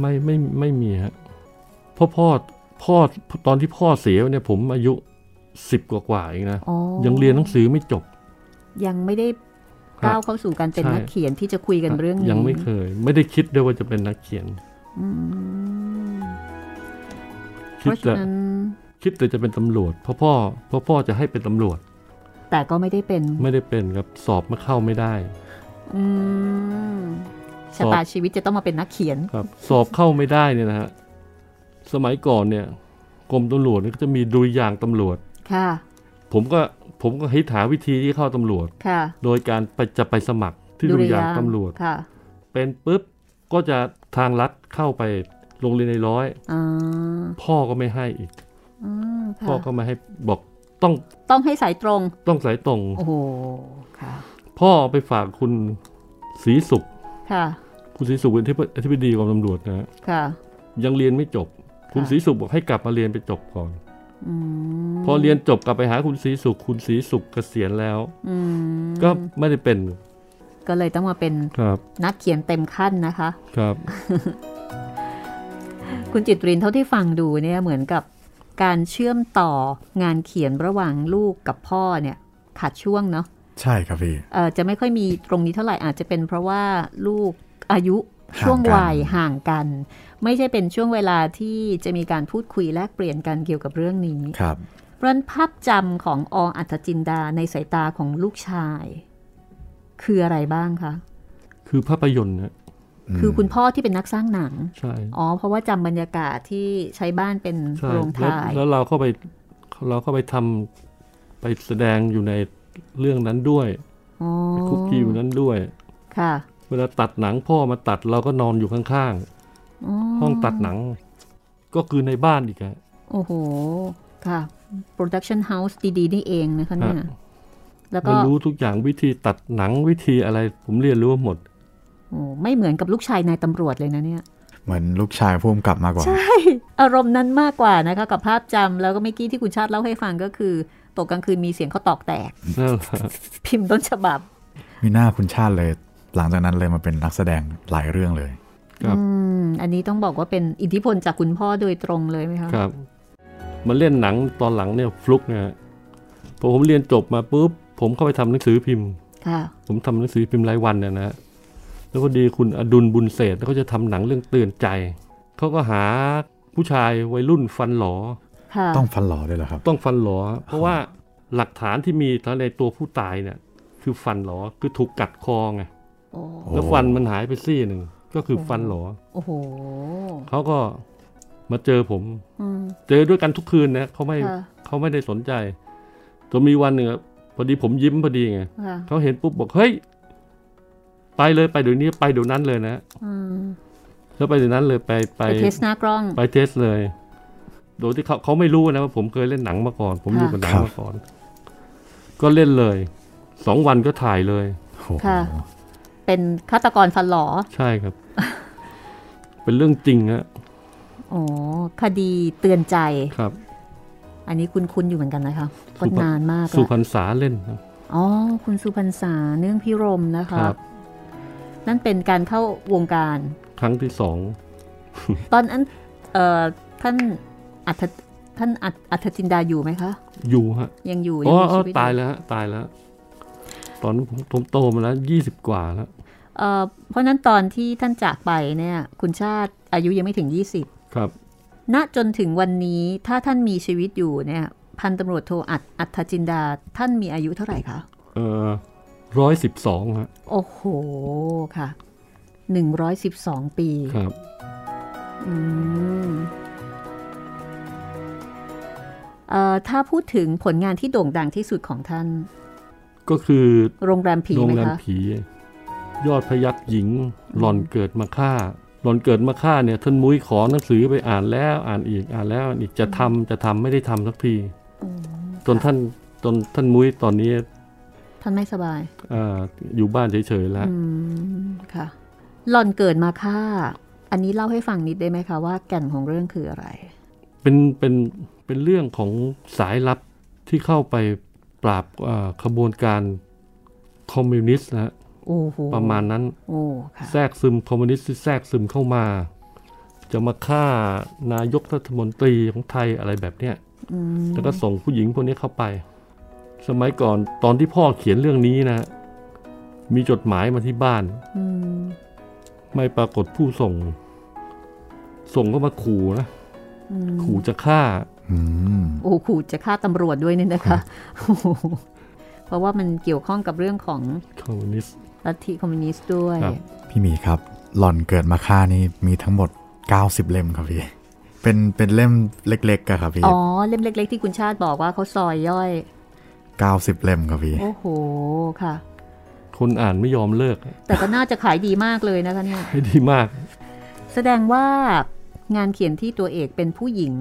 Speaker 4: ไม่ไม่ไม่มีฮะเพ่อพ่อพ่อตอนที่พ่อเสียเนี่ย ผมอายุสิบกว่ากว่าๆเองนะ
Speaker 2: อ๋อ
Speaker 4: ยังเรียนหนังสือไม่จบ
Speaker 2: ยังไม่ได้ก้าวเข้าสู่การเป็น
Speaker 4: ใช่
Speaker 2: นักเขียนที่จะคุยกันเรื่องนี้
Speaker 4: ยังไม่เคย ไม่ได้คิดด้วยว่าจะเป็นนักเขียน
Speaker 2: อืมเพ
Speaker 4: คิด
Speaker 2: ราะฉะ
Speaker 4: แต่
Speaker 2: นั้น
Speaker 4: คิดแต่จะเป็นตำรวจเพ่อพ่อเพ่อพ่อจะให้เป็นตำรวจ
Speaker 2: แต่ก็ไม่ได้เป็น
Speaker 4: ไม่ได้เป็นครับสอบมาเข้าไม่ได้
Speaker 2: อืมชะตาชีวิตจะต้องมาเป็นนักเขียน
Speaker 4: ครับ สอบเข้าไม่ได้เนี่ยนะฮะสมัยก่อนเนี่ยกรมตำรวจเนี่ยก็จะมีดุริยางค์ตำรวจ
Speaker 2: ค่ะ
Speaker 4: ผมก็ผมก็คิดหาวิธีที่เข้าตำรวจ
Speaker 2: ค่ะ
Speaker 4: โดยการไปจะไปสมัครที่ดุริยางค์ตำรวจ
Speaker 2: ค่ะ
Speaker 4: เป็นปุ๊บก็จะทางรัฐเข้าไปโรงเรียนในร้อย
Speaker 2: อ่า
Speaker 4: พ่อก็ไม่ให้อีก
Speaker 2: อืมค่ะ
Speaker 4: พ่อก็ไม่ให้บอกต้อง
Speaker 2: ต้องให้สายตรง
Speaker 4: ต้องสายตรง
Speaker 2: โอ้โห ค่ะ
Speaker 4: พ่อไปฝากคุณศรีสุข
Speaker 2: ค่ะ
Speaker 4: คุณศรีสุขเป็นที่อธิบดีกรมตำรวจนะฮะ
Speaker 2: ค่ะ
Speaker 4: ยังเรียนไม่จบ คุณ
Speaker 2: ค่ะ
Speaker 4: ศรีสุขบอกให้กลับมาเรียนไปจบก่อน
Speaker 2: อืม
Speaker 4: พอเรียนจบกลับไปหาคุณศรีสุข คุณศรีสุขเกษียณแล้ว
Speaker 2: อืม
Speaker 4: ก็ไม่ได้เป็น
Speaker 2: ก็เลยต้องมาเป็น
Speaker 4: ครับ
Speaker 2: นักเขียนเต็มขั้นนะคะ
Speaker 4: ครับ
Speaker 2: คุณจิตรินเท่าที่ฟังดูเนี่ยเหมือนกับการเชื่อมต่องานเขียนระหว่างลูกกับพ่อเนี่ยขาดช่วงเนาะ
Speaker 3: ใช่ครับพี่
Speaker 2: เอ่อจะไม่ค่อยมีตรงนี้เท่าไหร่อาจจะเป็นเพราะว่าลูกอายุช่วง
Speaker 3: ห่างกัน
Speaker 2: วัยห่างกัน ไม่ใช่เป็นช่วงเวลาที่จะมีการพูดคุยแลกเปลี่ยนกันเกี่ยวกับเรื่องนี้
Speaker 3: ครับ
Speaker 2: เพราะฉะนั้นภาพจำของออัธจินดาในสายตาของลูกชาย คืออะไรบ้างคะ
Speaker 4: คือภาพยนตร์นะ
Speaker 2: คือคุณพ่อที่เป็นนักสร้างหนัง
Speaker 4: ใช่
Speaker 2: อ๋อ เพราะว่าจำบรรยากาศที่ใช้บ้านเป็น
Speaker 4: ใช่
Speaker 2: โรง
Speaker 4: แล้ว
Speaker 2: ถ่าย
Speaker 4: แล้วเราเข้าไป เราเข้าไปทำไปแสดงอยู่ในเรื่องนั้นด้วย
Speaker 2: อ๋อ
Speaker 4: ไปคุกกี้อยู่นั้นด้วย
Speaker 2: ค่ะ
Speaker 4: เวลาตัดหนังพ่อมาตัดเราก็นอนอยู่ข้างๆ ห้องตัดหนัง ก็คือในบ้านอีกอะ
Speaker 2: โอ้โห ค่ะ production house ดีๆนี่เองนะคะเนี่ยแล้วก็
Speaker 4: เรารู้ทุกอย่างวิธีตัดหนังวิธีอะไร ผมเรียนรู้หมด
Speaker 2: โอ้ไม่เหมือนกับลูกชายนายตำรวจเลยนะเนี่ย
Speaker 3: เหมือนลูกชายพุ่มกลับมากกว่า
Speaker 2: อารมณ์นั้นมากกว่านะคะกับภาพจำแล้วก็เมื่อกี้ที่คุณชาติเล่าให้ฟังก็คือตกกลางคืนมีเสียงเขาตอกแตก
Speaker 4: นั่นแหละ
Speaker 2: พิมพ์ต้นฉบับ
Speaker 3: มีหน้าคุณชาติเลย หลังจากนั้นเลยมาเป็นนักแสดงหลายเรื่องเลย
Speaker 4: ครับ
Speaker 2: อืม อันนี้ต้องบอกว่าเป็นอิทธิพลจากคุณพ่อโดยตรงเลยไหมคะ
Speaker 4: ครับ มาเล่นหนังตอนหลังเนี่ยฟลุกนะฮะพอผมเรียนจบมาปุ๊บ ผมเข้าไปทำหนังสือพิมพ์
Speaker 2: ค่ะ
Speaker 4: ผมทำหนังสือพิมพ์รายวันเนี่ยนะฮะแล้วพอดีคุณอดุลบุญเศรษฐ์เขาจะทำหนังเรื่องเตือนใจ เขาก็หาผู้ชายวัยรุ่นฟันหลอ
Speaker 2: ค่ะ
Speaker 3: ต้องฟันหล่อด้วยเหรอครับ
Speaker 4: ต้องฟันหลอ เพราะว่าหลักฐานที่มีทั้งในตัวผู้ตายเนี่ย คือฟันหลอคือถูกกัดคอไง
Speaker 2: โอ้
Speaker 4: แล้วฟันมันหายไปซี่หนึ่งก็คือฟันหลอ
Speaker 2: โอ้โห
Speaker 4: เขาก็มาเจอผม
Speaker 2: อืม
Speaker 4: เจอด้วยกันทุกคืนนะเขาไม่
Speaker 2: ค่ะ
Speaker 4: เขาไม่ได้สนใจจนมีวันหนึ่งอะพอดีผมยิ้มพอดีไง
Speaker 2: ค่ะ
Speaker 4: เขาเห็นปุ๊บบอกเฮ้ยไปเลยไปเดี๋ยวนี้ไปเดี๋ยวนั้นเลยนะ
Speaker 2: อืม
Speaker 4: แล้วไปเดี๋ยวนั้นเลยไปไป
Speaker 2: ไปเทสหน้ากล้อง
Speaker 4: ไปเทสเลย โดยที่เขาเขาไม่รู้นะว่าผมเคยเล่นหนังมาก่อน ผมอยู่
Speaker 2: ค่ะ
Speaker 4: กับหนัง
Speaker 3: ครับ
Speaker 4: มาก่อน ก็เล่นเลย สองวันก็ถ่ายเลย
Speaker 3: โอ้โห
Speaker 2: ค่ะ เป็นฆาตกรฟันหลอ
Speaker 4: ใช่ครับ เป็นเรื่องจริงฮะ
Speaker 2: โอ้คดีเตือนใจ
Speaker 4: ครับ
Speaker 2: อันนี้คุณคุณอยู่เหมือนกันนะคะ
Speaker 4: สุ
Speaker 2: ก็
Speaker 4: พรรณ
Speaker 2: นานมาก
Speaker 4: สุ
Speaker 2: แล้ว
Speaker 4: พรรษาเล่นครับ
Speaker 2: อ๋อ คุณสุพรรณษาเนื่องพิรมนะ
Speaker 4: ค
Speaker 2: คะ
Speaker 4: รับ
Speaker 2: นั่นเป็นการเข้าวงการ
Speaker 4: ครั้งที่สอง
Speaker 2: ตอนนั้นเอ่อท่านอัธท่านอัธอัธจินดาอยู่ไหมคะ
Speaker 4: อยู่ฮะ
Speaker 2: ยังอยู่ยั
Speaker 4: อ๋อ
Speaker 2: มี
Speaker 4: อ๋อ
Speaker 2: ชีวิตอ
Speaker 4: ตายแล้วฮะตายแล้ว ตอนนั้นผมผมโตมาแล้วยี่สิบกว่าแล้ว
Speaker 2: เอ่อเพราะฉะนั้นตอนที่ท่านจากไปเนี่ยคุณชาติอายุยังไม่ถึง 20
Speaker 4: ครับ
Speaker 2: ณจนถึงวันนี้ถ้าท่านมีชีวิตอยู่เนี่ยพันตำรวจโทอัดอัธจินดาท่านมีอายุเท่าไหร่คะ
Speaker 4: เออร้อยสิบสองฮะ
Speaker 2: โอ้โหค่ะ 112 ปี
Speaker 4: ครับ
Speaker 2: อืมเอ่อถ้าพูดถึงผลงานที่โด่งดังที่สุดของท่าน
Speaker 4: ก็คือ
Speaker 2: โรงแรมผี
Speaker 4: โรง
Speaker 2: ไหม
Speaker 4: แรม
Speaker 2: คะ
Speaker 4: ผี ยอดพยักหญิง หล่อนเกิดมาฆ่า หล่อนเกิดมาฆ่าเนี่ยท่านมุ้ยขอหนังสือไปอ่านแล้วอ่านอีกอ่านแล้วอ่านอีกจะทำจะทำไม่ได้ทำสักทีจนท่านจนท่านมุ้ยตอนนี้
Speaker 2: ท่านไม่สบาย
Speaker 4: อ่าอยู่บ้านเฉยๆแล้ว
Speaker 2: อืม ค่ะ หล่อนเกิดมาค่า อันนี้เล่าให้ฟังนิดได้ไหมคะว่าแก่นของเรื่องคืออะไร
Speaker 4: เป็นเป็นเป็นเรื่องของสายลับที่เข้าไปปราบอ่าขบวนการคอมมิวนิสต์นะฮะ
Speaker 2: โอ้โห
Speaker 4: ประมาณนั้น
Speaker 2: โอ้ค่ะ
Speaker 4: แทรกซึมคอมมิวนิสต์ที่แทรกซึมเข้ามา จะมาฆ่านายกรัฐมนตรีของไทยอะไรแบบเนี้ยแล้วก็ส่งผู้หญิงพวกนี้เข้าไป สมัยก่อนตอนที่พ่อเขียนเรื่องนี้นะ มีจดหมายมาที่บ้าน
Speaker 2: อืม
Speaker 4: ไม่ปรากฏผู้ส่ง ส่งก็มาขู่นะ
Speaker 2: อืม
Speaker 4: ขู่จะฆ่า
Speaker 3: อืม
Speaker 2: โอ้ขู่จะฆ่าตำรวจด้วยเนี่ยนะคะโอ้โหเพราะว่ามันเกี่ยวข้องกับเรื่องของ
Speaker 4: คอมมิวนิสต์
Speaker 2: ลัทธิคอมมิวนิสต์ด้วย
Speaker 4: ครับ
Speaker 3: พี่หมีครับ หล่อนเกิดมาค่านี่มีทั้งหมด 90 เล่มครับพี่ เป็นเป็นเล่มเล็กๆอะครับพี่
Speaker 2: อ๋อ เล่มเล็ก ๆ ที่คุณชาติบอกว่าเขาซอยย่อย
Speaker 3: 90 เล่มครับพี่
Speaker 2: โอ้โห ค่ะ
Speaker 4: คนอ่านไม่ยอมเลิก
Speaker 2: แต่ก็น่าจะขายดีมากเลยนะคะเนี่ย
Speaker 4: ให้ดีมาก
Speaker 2: แสดงว่างานเขียนที่ตัวเอกเป็นผู้หญิง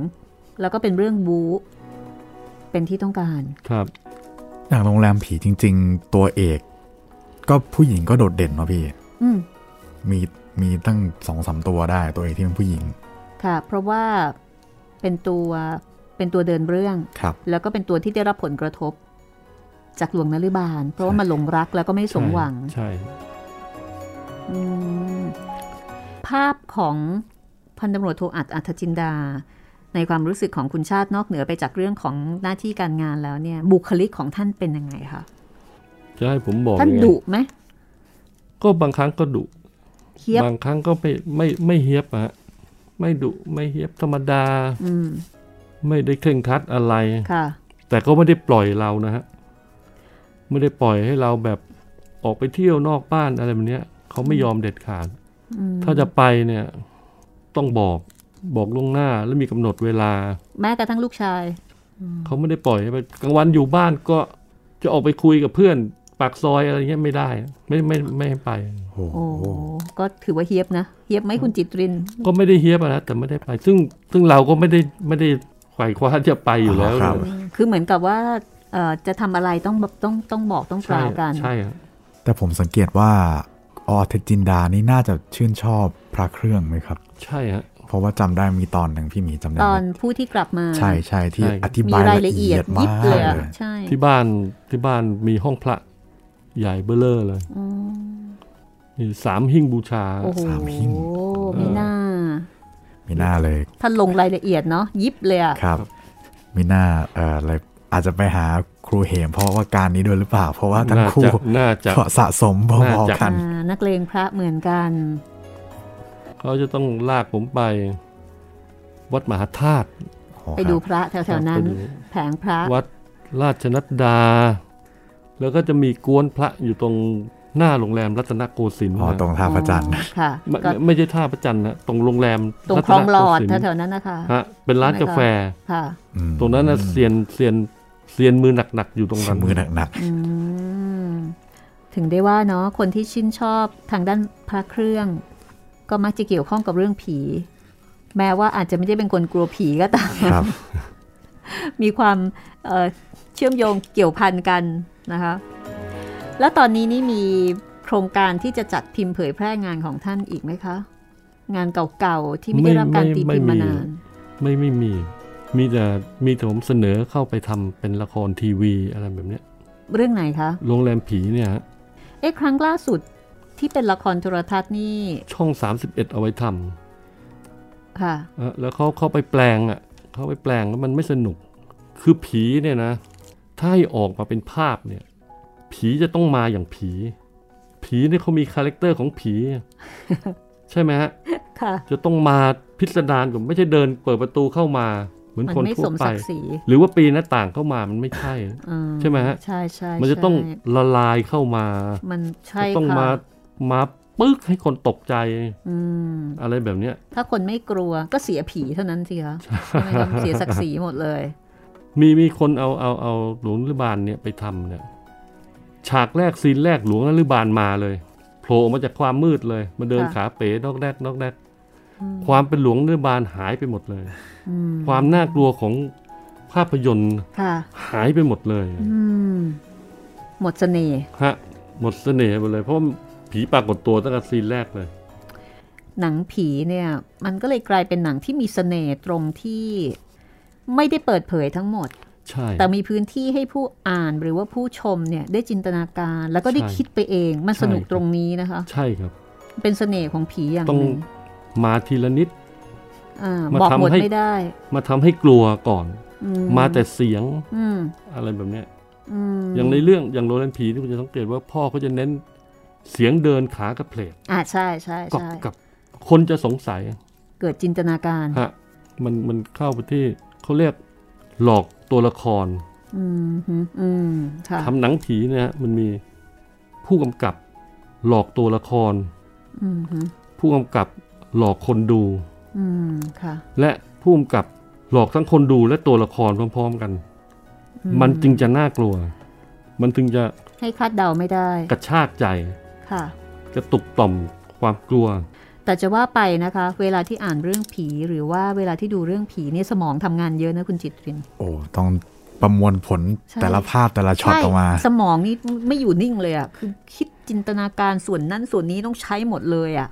Speaker 2: แล้วก็เป็นเรื่องบู๊เป็นที่ต้องการ
Speaker 4: ครับ
Speaker 3: อย่างโรงแรมผีจริง ๆ ตัวเอก ก็ผู้หญิงก็โดดเด่นเนาะพี่
Speaker 2: อืม
Speaker 3: มีมีตั้งสองสามตัวได้ ตัวเอกที่เป็นผู้หญิง
Speaker 2: ค่ะ เพราะว่าเป็นตัวเป็นตัวเดินเรื่อง
Speaker 3: ครับ
Speaker 2: แล้วก็เป็นตัวที่ได้รับผลกระทบ จากหลวงนฤบาล เพราะว่ามาหลงรักแล้วก็ไม่สมหวัง
Speaker 4: ใช่
Speaker 2: อืมภาพของพันตำรวจโทอัดอัธจินดา ในความรู้สึกของคุณชาตินอกเหนือไปจากเรื่องของหน้าที่การงานแล้วเนี่ย บุคลิกของท่านเป็นยังไงคะ
Speaker 4: ใช่จะให้ผมบอก
Speaker 2: ท่าน
Speaker 4: ยังไง
Speaker 2: ดุไหม
Speaker 4: ก็บางครั้งก็ดุ
Speaker 2: เฮียบ
Speaker 4: บางครั้งก็ไม่ไม่ไม่เฮียบอะฮะไม่ดุไม่เฮียบธรรมดา
Speaker 2: อืม
Speaker 4: ไม่ได้เคร่งครัดอะไร
Speaker 2: ค่ะ
Speaker 4: แต่ก็ไม่ได้ปล่อยเรานะฮะไม่ได้ปล่อยให้เราแบบออกไปเที่ยวนอกบ้านอะไรแบบเนี้ยเขาไม่ยอมเด็ดขาด
Speaker 2: อืม
Speaker 4: ถ้าจะไปเนี่ย ต้องบอกบอกล่วงหน้าแล้วมีกำหนดเวลา
Speaker 2: แม้กระทั่งลูกชาย
Speaker 4: เขาไม่ได้ปล่อยให้ไปกลางวันอยู่บ้านก็จะออกไปคุยกับเพื่อนปากซอยอะไรเงี้ยไม่ได้ ไม่ไม่ไม่ให้ไป
Speaker 3: โอ้โห
Speaker 2: โอ้ก็ถือว่าเฮียบนะเฮียบไหมคุณจิตริน
Speaker 4: ก็ไม่ได้เฮียบอะนะแต่ไม่ได้ไป ซึ่งซึ่งเราก็ไม่ได้ไม่ได้ไขว่คว้าจะไปอยู่แล้ว
Speaker 3: ครับ
Speaker 2: คือเหมือนกับว่าเอ่อจะทำอะไรต้องแบบต้องต้องบอกต้องก
Speaker 4: ใช่
Speaker 2: ล่าวกัน
Speaker 4: ใช่ครับ
Speaker 3: แต่ผมสังเกตว่าออเทจินดานี่น่าจะชื่นชอบพระเครื่องไหมครับ
Speaker 4: ใช่ฮะ
Speaker 3: เพราะว่าจำได้มีตอนหนึ่งพี่หมีจำได้
Speaker 2: ต
Speaker 3: ไห
Speaker 2: อ
Speaker 3: ม
Speaker 2: นผู้ที่กลับมา
Speaker 3: ใช่ใช่ที่
Speaker 4: ใช่ครับ
Speaker 3: อธิ
Speaker 2: มี
Speaker 3: บาย
Speaker 2: รายละ
Speaker 3: ละ
Speaker 2: เอี
Speaker 3: เอี
Speaker 2: ย
Speaker 3: ย
Speaker 2: ด
Speaker 3: ด
Speaker 2: ยิ
Speaker 3: มาก
Speaker 2: บเลย
Speaker 3: เล
Speaker 2: อะ
Speaker 3: ย
Speaker 2: ใช่
Speaker 4: ที่บ้านที่บ้านมีห้องพระใหญ่เบ้อเลอเลย
Speaker 2: อืม
Speaker 4: มีสามหิ้งบูชา
Speaker 2: โอ้โห
Speaker 3: สามหิ้ง
Speaker 2: มีหน้า
Speaker 3: มีหน้าเลย
Speaker 2: ถ้าลงรายละเอียดเนาะยิบเลยอะ
Speaker 3: ครับ มีหน้าเอ่ออะไรอาจจะไปหาครูเหมเพราะว่าการนี้ด้วยหรือเปล่า เพราะว่าทั้ง
Speaker 4: น่า
Speaker 3: คู่
Speaker 4: จะน่าจะ
Speaker 3: ก็สะสมพ
Speaker 4: น่า
Speaker 3: อ
Speaker 4: จะ
Speaker 3: ๆกัน
Speaker 2: อ่านักเลงพระเหมือนกัน
Speaker 4: เขาจะต้องลากผมไป วัดมหาธาตุ
Speaker 2: ไปดูพระแถวๆนั้น
Speaker 4: ไปดู
Speaker 2: แผงพระ
Speaker 4: วัดราชนัดดา แล้วก็จะมีกวนพระอยู่ตรงหน้าโรงแรมรัตนโกสินทร์
Speaker 3: อ๋อ
Speaker 4: นะ
Speaker 3: ตรงท่าพระจันทร์
Speaker 2: อ๋อค่ะ
Speaker 4: ไม่
Speaker 2: ก็
Speaker 4: ไม่ไม่ใช่ท่าประจันทร์นะตรงโรงแรม
Speaker 2: ตรง
Speaker 4: ฐ
Speaker 2: คลองหลอด
Speaker 4: โกสินทร์
Speaker 2: แถวๆนั้นนะคะ
Speaker 4: ฮะเป็นร้านกาแฟ
Speaker 2: ค่ะ
Speaker 3: อืม
Speaker 4: ตรงนั้นนะเซียนเซียนเซียนมือหนักๆอยู่ตรงนั้น
Speaker 3: มือหนัก
Speaker 2: อืม ถึงได้ว่าเนาะคนที่ชื่นชอบทางด้านพระเครื่อง ก็มักจะเกี่ยวข้องกับเรื่องผี แม้ว่าอาจจะไม่ได้เป็นคนกลัวผีก็ตาม
Speaker 3: ๆ ครับ
Speaker 2: มีความเอ่อเชื่อมโยงเกี่ยวพันกันนะคะ แล้วตอนนี้นี่มีโครงการที่จะจัดพิมพ์เผยแพร่งานของท่านอีกไหมคะ งานเก่าๆ ที่ไม่ได้รับการตีพิมพ์มานาน
Speaker 4: ไม่ไม่มี มีแต่มีแต่ผมเสนอเข้าไปทำเป็นละครทีวีอะไรแบบเนี้ย
Speaker 2: เรื่องไหนคะ
Speaker 4: โรงแรมผีเนี่ยฮะ
Speaker 2: เอ๊ะครั้งล่าสุดที่เป็นละครโทรทัศน์นี่
Speaker 4: ช่อง 31 เอาไว้ทำ
Speaker 2: ค่ะ
Speaker 4: เอ่อแล้วเขาเขาไปแปลงอ่ะเขาไปแปลงแล้วมันไม่สนุก คือผีเนี่ยนะ ถ้าให้ออกมาเป็นภาพเนี่ย ผีจะต้องมาอย่างผี ผีเนี่ยเขามีคาแรคเตอร์ของผี ใช่ไหมฮะ
Speaker 2: ค่ะ
Speaker 4: จะต้องมาพิสดารกว่าไม่ใช่เดินเปิดประตูเข้ามา เหมือน
Speaker 2: มัน
Speaker 4: คน
Speaker 2: ไม่
Speaker 4: ทั่
Speaker 2: ส
Speaker 4: ว
Speaker 2: ม
Speaker 4: ไป
Speaker 2: ศักดิ์ศรี
Speaker 4: หรือว่าปีนหน้าต่างเข้ามามันไม่ใช่
Speaker 2: อื
Speaker 4: ใช่ไหมฮะ
Speaker 2: ใช่ใช่
Speaker 4: มันจะต้อง
Speaker 2: ใช่
Speaker 4: ละลายเข้ามา
Speaker 2: มันใช่
Speaker 4: จะต้อง
Speaker 2: ค่ะ
Speaker 4: มามาปึ๊กให้คนตกใจ
Speaker 2: อืม
Speaker 4: อะไรแบบเนี้ย
Speaker 2: ถ้าคนไม่กลัวก็เสียผีเท่านั้นสิคะใช่ไหมคะเสียศักดิ์ศรีหมดเลย
Speaker 4: มีมีคนเอาเอาเอาหลวงนฤบาลเนี่ยไปทำเนี่ยฉากแรกซีนแรกหลวงนฤบาลมาเลยโผล่ออกมาจากความมืดเลย มาเดิน
Speaker 2: ค่ะ
Speaker 4: ขาเป๋นอกแรกนอกแรกความเป็นหลวงนฤบาลหายไปหมดเลย
Speaker 2: อืม
Speaker 4: ความน่ากลัวของภาพยนตร์
Speaker 2: ค่ะ
Speaker 4: หายไปหมดเลย
Speaker 2: อืม หมดเสน่ห์
Speaker 4: ฮะหมดเสน่ห์ไปเลย เพราะว่าผีปรากฏตัวตั้งแต่ซีนแรกเลย
Speaker 2: หนังผีเนี่ย มันก็เลยกลายเป็นหนังที่มีเสน่ห์ตรงที่ไม่ได้เปิดเผยทั้งหมด
Speaker 4: ใช่
Speaker 2: แต่มีพื้นที่ให้ผู้อ่านหรือว่าผู้ชมเนี่ยได้จินตนาการ แล้วก็ได้
Speaker 4: ใช่
Speaker 2: คิดไปเอง มัน
Speaker 4: ใช่
Speaker 2: สนุกตรงนี้นะคะ
Speaker 4: ใช่ครับ
Speaker 2: เป็นเสน่ห์ของผีอย่าง
Speaker 4: ต้อง
Speaker 2: หนึ่ง
Speaker 4: มาทีละนิด
Speaker 2: อ่า
Speaker 4: มา
Speaker 2: บอกหมด
Speaker 4: ทำให้
Speaker 2: ไม่ได้
Speaker 4: มาทำให้กลัวก่อน
Speaker 2: อื
Speaker 4: มาแต่เสียง
Speaker 2: อืม
Speaker 4: อะไรแบบเนี้ย
Speaker 2: อืม
Speaker 4: อย่างในเรื่องอย่างโรแลนผีที่คุณจะสังเกตว่าพ่อเขาจะเน้นเสียงเดินขากระเพลก
Speaker 2: อ่าใช่ใช่
Speaker 4: กับ
Speaker 2: ใช่
Speaker 4: กับคนจะสงสัย
Speaker 2: เกิดจินตนาการ
Speaker 4: ฮะมันมันเข้าไปที่เขาเรียกหลอกตัวละคร
Speaker 2: อืมฮึอืมค่ะ
Speaker 4: ทำหนังผีเนะฮะมันมีผู้กำกับหลอกตัวละคร
Speaker 2: อืมฮึ
Speaker 4: ผู้กำกับหลอกคนดู
Speaker 2: อืมค่ะ
Speaker 4: และผู้กำกับหลอกทั้งคนดูและตัวละครพร้อม ๆกัน
Speaker 2: อื
Speaker 4: มันจึงจะน่ากลัว มันถึงจะ
Speaker 2: ให้คาดเดาไม่ได้
Speaker 4: กระชากใจ
Speaker 2: ค่ะ
Speaker 4: กระตุกต่อมความกลัว
Speaker 2: แต่จะว่าไปนะคะ เวลาที่อ่านเรื่องผีหรือว่าเวลาที่ดูเรื่องผีเนี่ยสมองทำงานเยอะนะคุณจิตริน
Speaker 3: โอ้ต้องประมวลผล
Speaker 2: ใช่
Speaker 3: แต่ละภาพแต่ละช็อตออกมา
Speaker 2: สมองนี่ไม่อยู่นิ่งเลยอะ่ะคือคิดจินตนาการส่วนนั้นส่วนนี้ต้องใช้หมดเลยอะ่ะ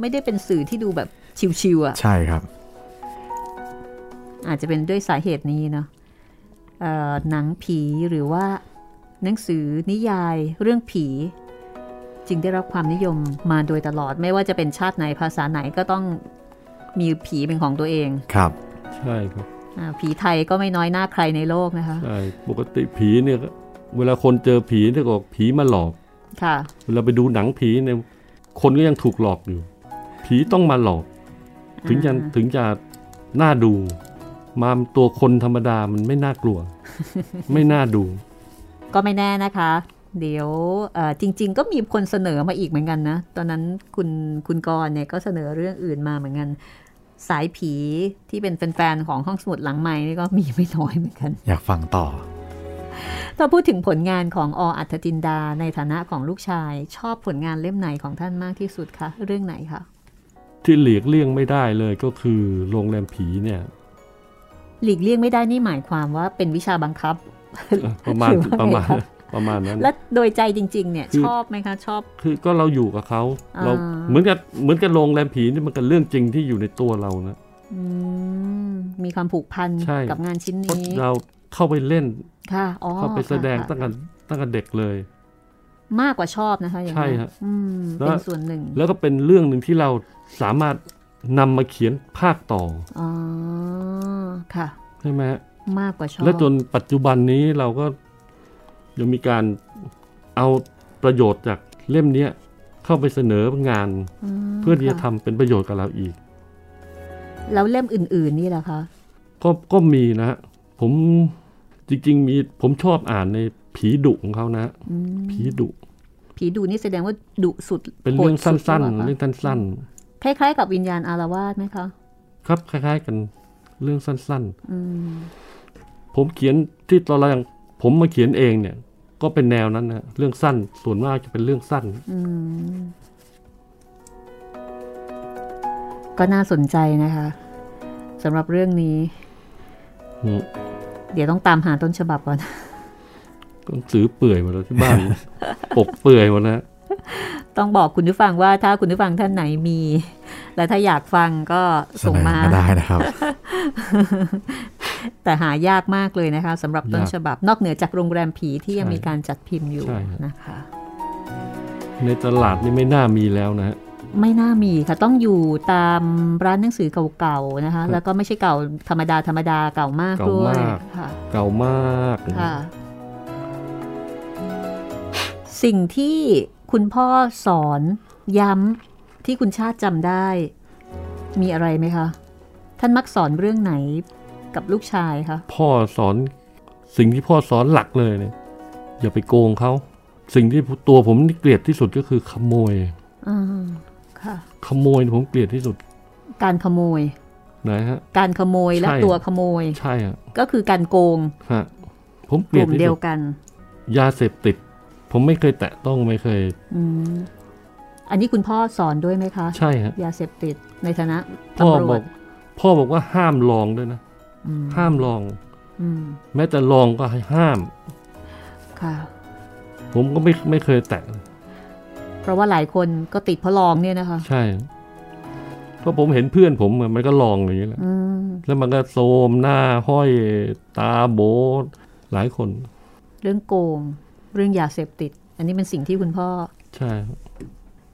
Speaker 2: ไม่ได้เป็นสื่อที่ดูแบบชิวๆอะ
Speaker 3: ใช่ครับ
Speaker 2: อาจจะเป็นด้วยสาเหตุนี้เนาะเอ่อหนังผีหรือว่าหนังสือนิยายเรื่องผี จึงได้รับความนิยมมาโดยตลอด ไม่ว่าจะเป็นชาติไหนภาษาไหนก็ต้องมีผีเป็นของตัวเอง
Speaker 3: ครับ
Speaker 4: ใช่ครับ
Speaker 2: อาผีไทยก็ไม่น้อยหน้าใครในโลกนะคะ
Speaker 4: ใช่ปกติผีเนี่ยก็เวลาคนเจอผีเนี่ยก็บอกผีมาหลอก
Speaker 2: ค่ะ
Speaker 4: เวลาไปดูหนังผีเนี่ยคนก็ยังถูกหลอกอยู่ ผีต้องมาหลอก ถึงจะถึงจะน่าดู มาตัวคนธรรมดามันไม่น่ากลัว ไม่น่าดู
Speaker 2: ก็ไม่แน่นะคะ เดี๋ยวเอ่อจริง ๆ ก็มีคนเสนอมาอีกเหมือนกันนะ ตอนนั้นคุณคุณกรณ์เนี่ยก็เสนอเรื่องอื่นมาเหมือนกัน สายผีที่เป็นแฟนๆของห้องสมุดหลังใหม่นี่ก็มีไม่น้อยเหมือนกัน
Speaker 3: อยากฟังต่อ
Speaker 2: ถ้าพูดถึงผลงานของออัธจินดาในฐานะของลูกชาย ชอบผลงานเล่มไหนของท่านมากที่สุดคะ เรื่องไหนคะ
Speaker 4: ที่หลีกเลี่ยงไม่ได้เลยก็คือโรงแรมผีเนี่ย
Speaker 2: หลีกเลี่ยงไม่ได้นี่หมายความว่าเป็นวิชาบังคับ
Speaker 4: ประมาณ
Speaker 2: หรือว่าไง
Speaker 4: ประมาณ
Speaker 2: ครับ
Speaker 4: ประมาณนั้น
Speaker 2: และโดยใจจริง ๆ เนี่ย
Speaker 4: คือ
Speaker 2: ชอบไหมคะ ชอบ
Speaker 4: คือก็เราอยู่กับเขา
Speaker 2: อ่า
Speaker 4: เราเหมือนกับเหมือนกับโรงแรมผีนี่มันก็เรื่องจริงที่อยู่ในตัวเรานะ
Speaker 2: อืมมีความผูกพัน
Speaker 4: ใช่
Speaker 2: กับงานชิ้น
Speaker 4: เพราะ
Speaker 2: นี้
Speaker 4: เราเข้าไปเล่น
Speaker 2: ค่ะอ๋อ
Speaker 4: เข้าไปแสดง
Speaker 2: ค่ะ
Speaker 4: ตั้งแต่ตั้งแต่เด็กเลย
Speaker 2: มากกว่าชอบนะคะอย่าง
Speaker 4: ใช่
Speaker 2: นั้น
Speaker 4: ฮะ
Speaker 2: อืม
Speaker 4: แล้ว
Speaker 2: เป็นส่วนหนึ่ง
Speaker 4: แล้วก็เป็นเรื่องหนึ่งที่เราสามารถนำมาเขียนภาคต่อ
Speaker 2: อ๋อค่ะ
Speaker 4: ใช่ไหมฮะ
Speaker 2: มากกว่าชอบ
Speaker 4: และจนปัจจุบันนี้เราก็ยังมีการเอาประโยชน์จากเล่มเนี้ยเข้าไปเสนองาน
Speaker 2: ม
Speaker 4: เพื่อที่จะ
Speaker 2: ค่
Speaker 4: ทำเป็นประโยชน์กับเราอีก
Speaker 2: แล้วเล่มอื่น ๆ นี่ล่ะคะ
Speaker 4: ก็ก็มีนะฮะผมจริง ๆ มีผมชอบอ่านในผีดุของเขานะฮะ
Speaker 2: อืม
Speaker 4: ผีดุ
Speaker 2: ผีดูนี่แสดงว่าดุสุด
Speaker 4: เป็นเรื่อง
Speaker 2: โหด
Speaker 4: สั
Speaker 2: สุด้
Speaker 4: น
Speaker 2: หรือ
Speaker 4: ๆ
Speaker 2: เป
Speaker 4: เรื่
Speaker 2: ล่า
Speaker 4: องสั้น
Speaker 2: คล้าย ๆ กับวิญญาณอารวาสไหมคะ
Speaker 4: ๆครับคล้าย ๆ กันเรื่องสั้น ๆ
Speaker 2: อืม
Speaker 4: ผมเขียนที่ตอนแรกผมมาเขียนเองเนี่ย ก็เป็นแนวนั้นนะเรื่องสั้นส่วนมากจะเป็นเรื่องสั้น
Speaker 2: อืม ก็น่าสนใจนะคะสำหรับเรื่องนี้
Speaker 4: อืม
Speaker 2: เดี๋ยวต้องตามหาต้นฉบับก่อน [laughs]
Speaker 4: ก็ซื้อเปื่อยหมาแล้วที่บ้าน ปกเปื่อยหมดแล้ว
Speaker 2: ต้องบอกคุณผู้ฟังว่าถ้าคุณผู้ฟังท่านไหนมี และถ้าอยากฟังก็
Speaker 3: เส
Speaker 2: ส่ง
Speaker 3: นอ
Speaker 2: มา
Speaker 3: มาได้
Speaker 2: [laughs]
Speaker 3: นะครับ
Speaker 2: แต่หายากมากเลยนะคะสำหรับต้นฉบับ นอกเหนือจากโรงแรมผีที่ยังมีการจัดพิมพ์อยู่นะคะ
Speaker 4: ในตลาดนี่ไม่น่ามีแล้วนะฮะ
Speaker 2: ไม่น่ามีค่ะต้องอยู่ตามร้านหนังสือเก่าๆนะคะ แล้วก็ไม่ใช่เก่าธรรมดาธรรมดาเก่ามาก
Speaker 4: เก่า
Speaker 2: ด้วย
Speaker 4: มาก
Speaker 2: ค่ะ
Speaker 4: เก่ามาก
Speaker 2: ค่ะ สิ่งที่คุณพ่อสอนย้ำที่คุณชาติจำได้ มีอะไรไหมคะ ท่านมักสอนเรื่องไหนกับลูกชายคะ
Speaker 4: พ่อสอนสิ่งที่พ่อสอนหลักเลยเนี่ยอย่าไปโกงเขาสิ่งที่ตัวผมนี่เกลียดที่สุดก็คือขโมย
Speaker 2: อ่าค่ะ
Speaker 4: ขโมยผมเกลียดที่สุด
Speaker 2: การขโมย
Speaker 4: นะฮะ
Speaker 2: การขโมยและ
Speaker 4: ใช่
Speaker 2: ตัวขโมย
Speaker 4: ใช่ฮะ
Speaker 2: ก็คือการโกง
Speaker 4: ฮะผมเก
Speaker 2: ก
Speaker 4: ลียด
Speaker 2: ลุ่ม
Speaker 4: ที่
Speaker 2: เดีย
Speaker 4: สุ
Speaker 2: ว
Speaker 4: ด
Speaker 2: กัน
Speaker 4: ยาเสพติด ผมไม่เคยแตะต้องไม่เคย
Speaker 2: อืมอันนี้คุณพ่อสอนด้วยไหมคะ
Speaker 4: ใช่ฮะ
Speaker 2: ยาเสพติดในฐานะ
Speaker 4: พ่อ
Speaker 2: ตำร
Speaker 4: บ
Speaker 2: ว
Speaker 4: อ
Speaker 2: จ
Speaker 4: กพ่อบอกว่าห้ามลองด้วยนะ
Speaker 2: อืม
Speaker 4: ห้ามลอง
Speaker 2: อืม
Speaker 4: แม้แต่ลองก็ให้ห้าม
Speaker 2: ค่ะ
Speaker 4: ผมก็ไม่ไม่เคยแตะ
Speaker 2: เพราะว่าหลายคนก็ติดเพราะลองเนี่ยนะคะ
Speaker 4: ใช่เพราะผมเห็นเพื่อนผมอะมันก็ลองอย่างนี้แหละ
Speaker 2: อืม
Speaker 4: แล้วมันก็โซมหน้าห้อยตาโบดหลายคน
Speaker 2: เรื่องโกง เรื่องยาเสพติด อันนี้เป็นสิ่งที่คุณพ่อ
Speaker 4: ใช่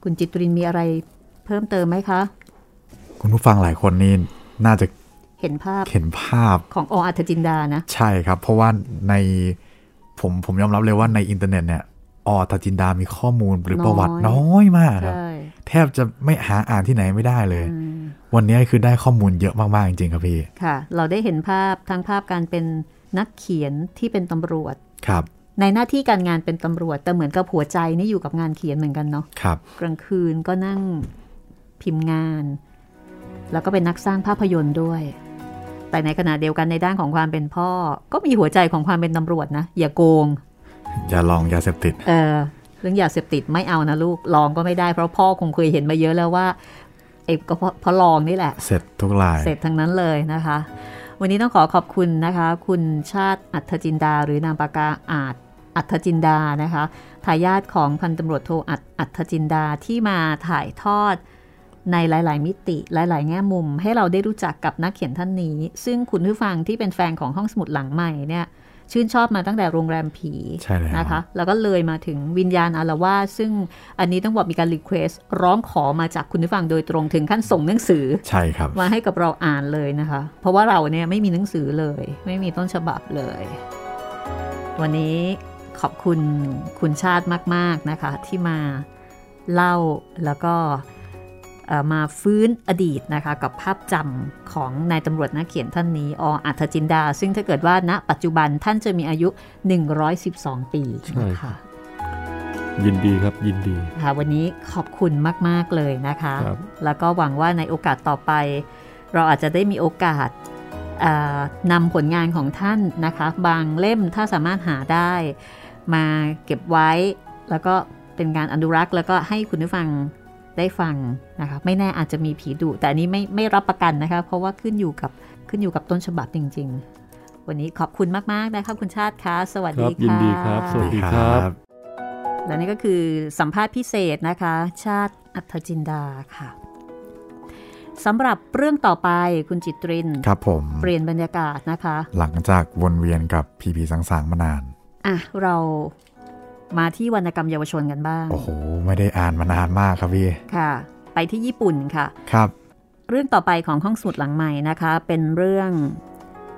Speaker 2: คุณจิตรินมีอะไรเพิ่มเติมไหมคะ
Speaker 3: คุณผู้ฟังหลายคนนี่น่าจะ
Speaker 2: เห็นภาพ
Speaker 3: เห็นภาพ
Speaker 2: ของออัธจินดานะ
Speaker 3: ใช่ครับ เพราะว่าในผมผมยอมรับเลยว่าในอินเทอร์เน็ตเนี่ยออตาจินดามีข้อมูลหรือประวัติ
Speaker 2: น้
Speaker 3: น้
Speaker 2: อย
Speaker 3: อยมากครับ
Speaker 2: ใช่
Speaker 3: แทบจะไม่หาอ่านที่ไหนไม่ได้เลย
Speaker 2: อืม
Speaker 3: วันนี้คือได้ข้อมูลเยอะมาก ๆ จริง ๆ ครับพี่
Speaker 2: ค่ะ เราได้เห็นภาพทั้งภาพการเป็นนักเขียนที่เป็นตำรวจ
Speaker 3: ครับ
Speaker 2: ในหน้าที่การงานเป็นตำรวจ แต่เหมือนกับหัวใจนี่อยู่กับงานเขียนเหมือนกันเนาะ
Speaker 3: ครับ
Speaker 2: กลางคืนก็นั่งพิมพ์งาน แล้วก็เป็นนักสร้างภาพยนตร์ด้วย แต่ในขณะเดียวกันในด้านของความเป็นพ่อ ก็มีหัวใจของความเป็นตำรวจนะ อย่าโกง
Speaker 3: อย่าลองยาเสพติด
Speaker 2: เออเรื่องยาเสพติดไม่เอานะลูกลองก็ไม่ได้เพราะพ่อคงเคยเห็นมาเยอะแล้วว่าเอกก็เพราะเพราะลองนี่แหละ
Speaker 3: เสร็จทุกลาย
Speaker 2: เสร็จทั้งนั้นเลยนะคะ วันนี้ต้องขอขอบคุณนะคะ คุณชาติอัธจินดา หรือนามปากกาอาจอัธจินดานะคะทายาทของพันตำรวจโทอัดอัธจินดาที่มาถ่ายทอดในหลาย ๆ มิติหลาย ๆ แง่มุม ให้เราได้รู้จักกับนักเขียนท่านนี้ ซึ่งคุณผู้ฟังที่เป็นแฟนของห้องสมุดหลังใหม่เนี่ยชื่นชอบมาตั้งแต่โรงแรมผี
Speaker 3: ใช่แล้ว
Speaker 2: นะคะ แล้วก็เลยมาถึงวิญญาณอารวาสซึ่งอันนี้ต้องบอกมีการรีเควสร้องขอมาจากคุณผู้ฟังโดยตรงถึงขั้นส่งหนังสือ
Speaker 3: ใช่ครับ
Speaker 2: มาให้กับเราอ่านเลยนะคะ เพราะว่าเราเนี่ยไม่มีหนังสือเลย ไม่มีต้นฉบับเลย วันนี้ขอบคุณคุณชาติมาก ๆ นะคะ ที่มาเล่าแล้วก็เอ่อมาฟื้นอดีตนะคะ กับภาพจำของนายตำรวจนักเขียนท่านนี้ออัธจินดา ซึ่งถ้าเกิดว่าณปัจจุบันท่านจะมีอายุ 112 ปีนะคะ
Speaker 4: ยินดีครับ ยินดี
Speaker 2: ค่ะวันนี้ขอบคุณมาก ๆ เลยนะคะ
Speaker 4: ครับ
Speaker 2: แล้วก็หวังว่าในโอกาสต่อไป เราอาจจะได้มีโอกาสอ่านำผลงานของท่านนะคะ บางเล่มถ้าสามารถหาได้ มาเก็บไว้ แล้วก็เป็นการอนุรักษ์ แล้วก็ให้คุณผู้ฟังได้ฟังนะคะ ไม่แน่อาจจะมีผีดุแต่อันนี้ไม่ไม่รับประกันนะคะ เพราะว่าขึ้นอยู่กับขึ้นอยู่กับต้นฉบับจริง ๆ วันนี้ขอบคุณมาก ๆ นะครับคุณชาติคะสวัส
Speaker 4: ครั
Speaker 2: ดี
Speaker 4: บ
Speaker 2: ค่ะ
Speaker 4: ยินดีครับ สวัสดีครับ
Speaker 2: และนี่ก็คือสัมภาษณ์พิเศษนะคะ ชาติอัธจินดาค่ะสำหรับเรื่องต่อไปคุณจิตริน
Speaker 3: ครับผม
Speaker 2: เปลี่ยนบรรยากาศนะคะ
Speaker 3: หลังจากวนเวียนกับผีผีสางๆมานาน
Speaker 2: อ่ะ เรามาที่วรรณกรรมเยาวชนกันบ้าง
Speaker 3: โอ้โห ไม่ได้อ่านมานานมากครับพี่
Speaker 2: ค่ะ ไปที่ญี่ปุ่นค่ะ
Speaker 3: ครับ
Speaker 2: เรื่องต่อไปของห้องสมุดหลังใหม่นะคะ เป็นเรื่อง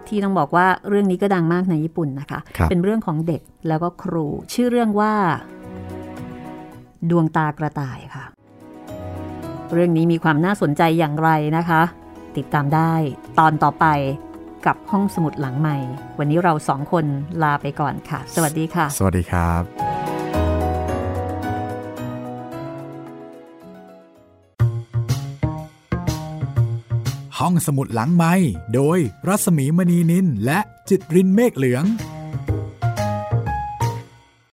Speaker 2: ที่ต้องบอกว่าเรื่องนี้ก็ดังมากในญี่ปุ่นนะคะ
Speaker 3: ครับ
Speaker 2: เป็นเรื่องของเด็กแล้วก็ครู ชื่อเรื่องว่า ดวงตากระต่ายค่ะ เรื่องนี้มีความน่าสนใจอย่างไรนะคะ ติดตามได้ตอนต่อไปกับห้องสมุดหลังใหม่ วันนี้เราสองคนลาไปก่อนค่ะ สวัสดีค่ะ
Speaker 3: สวัสดีครับ
Speaker 1: ห้องสมุดหลังไม้โดยรัศมีมณีนินและจิตรินเมฆเหลือง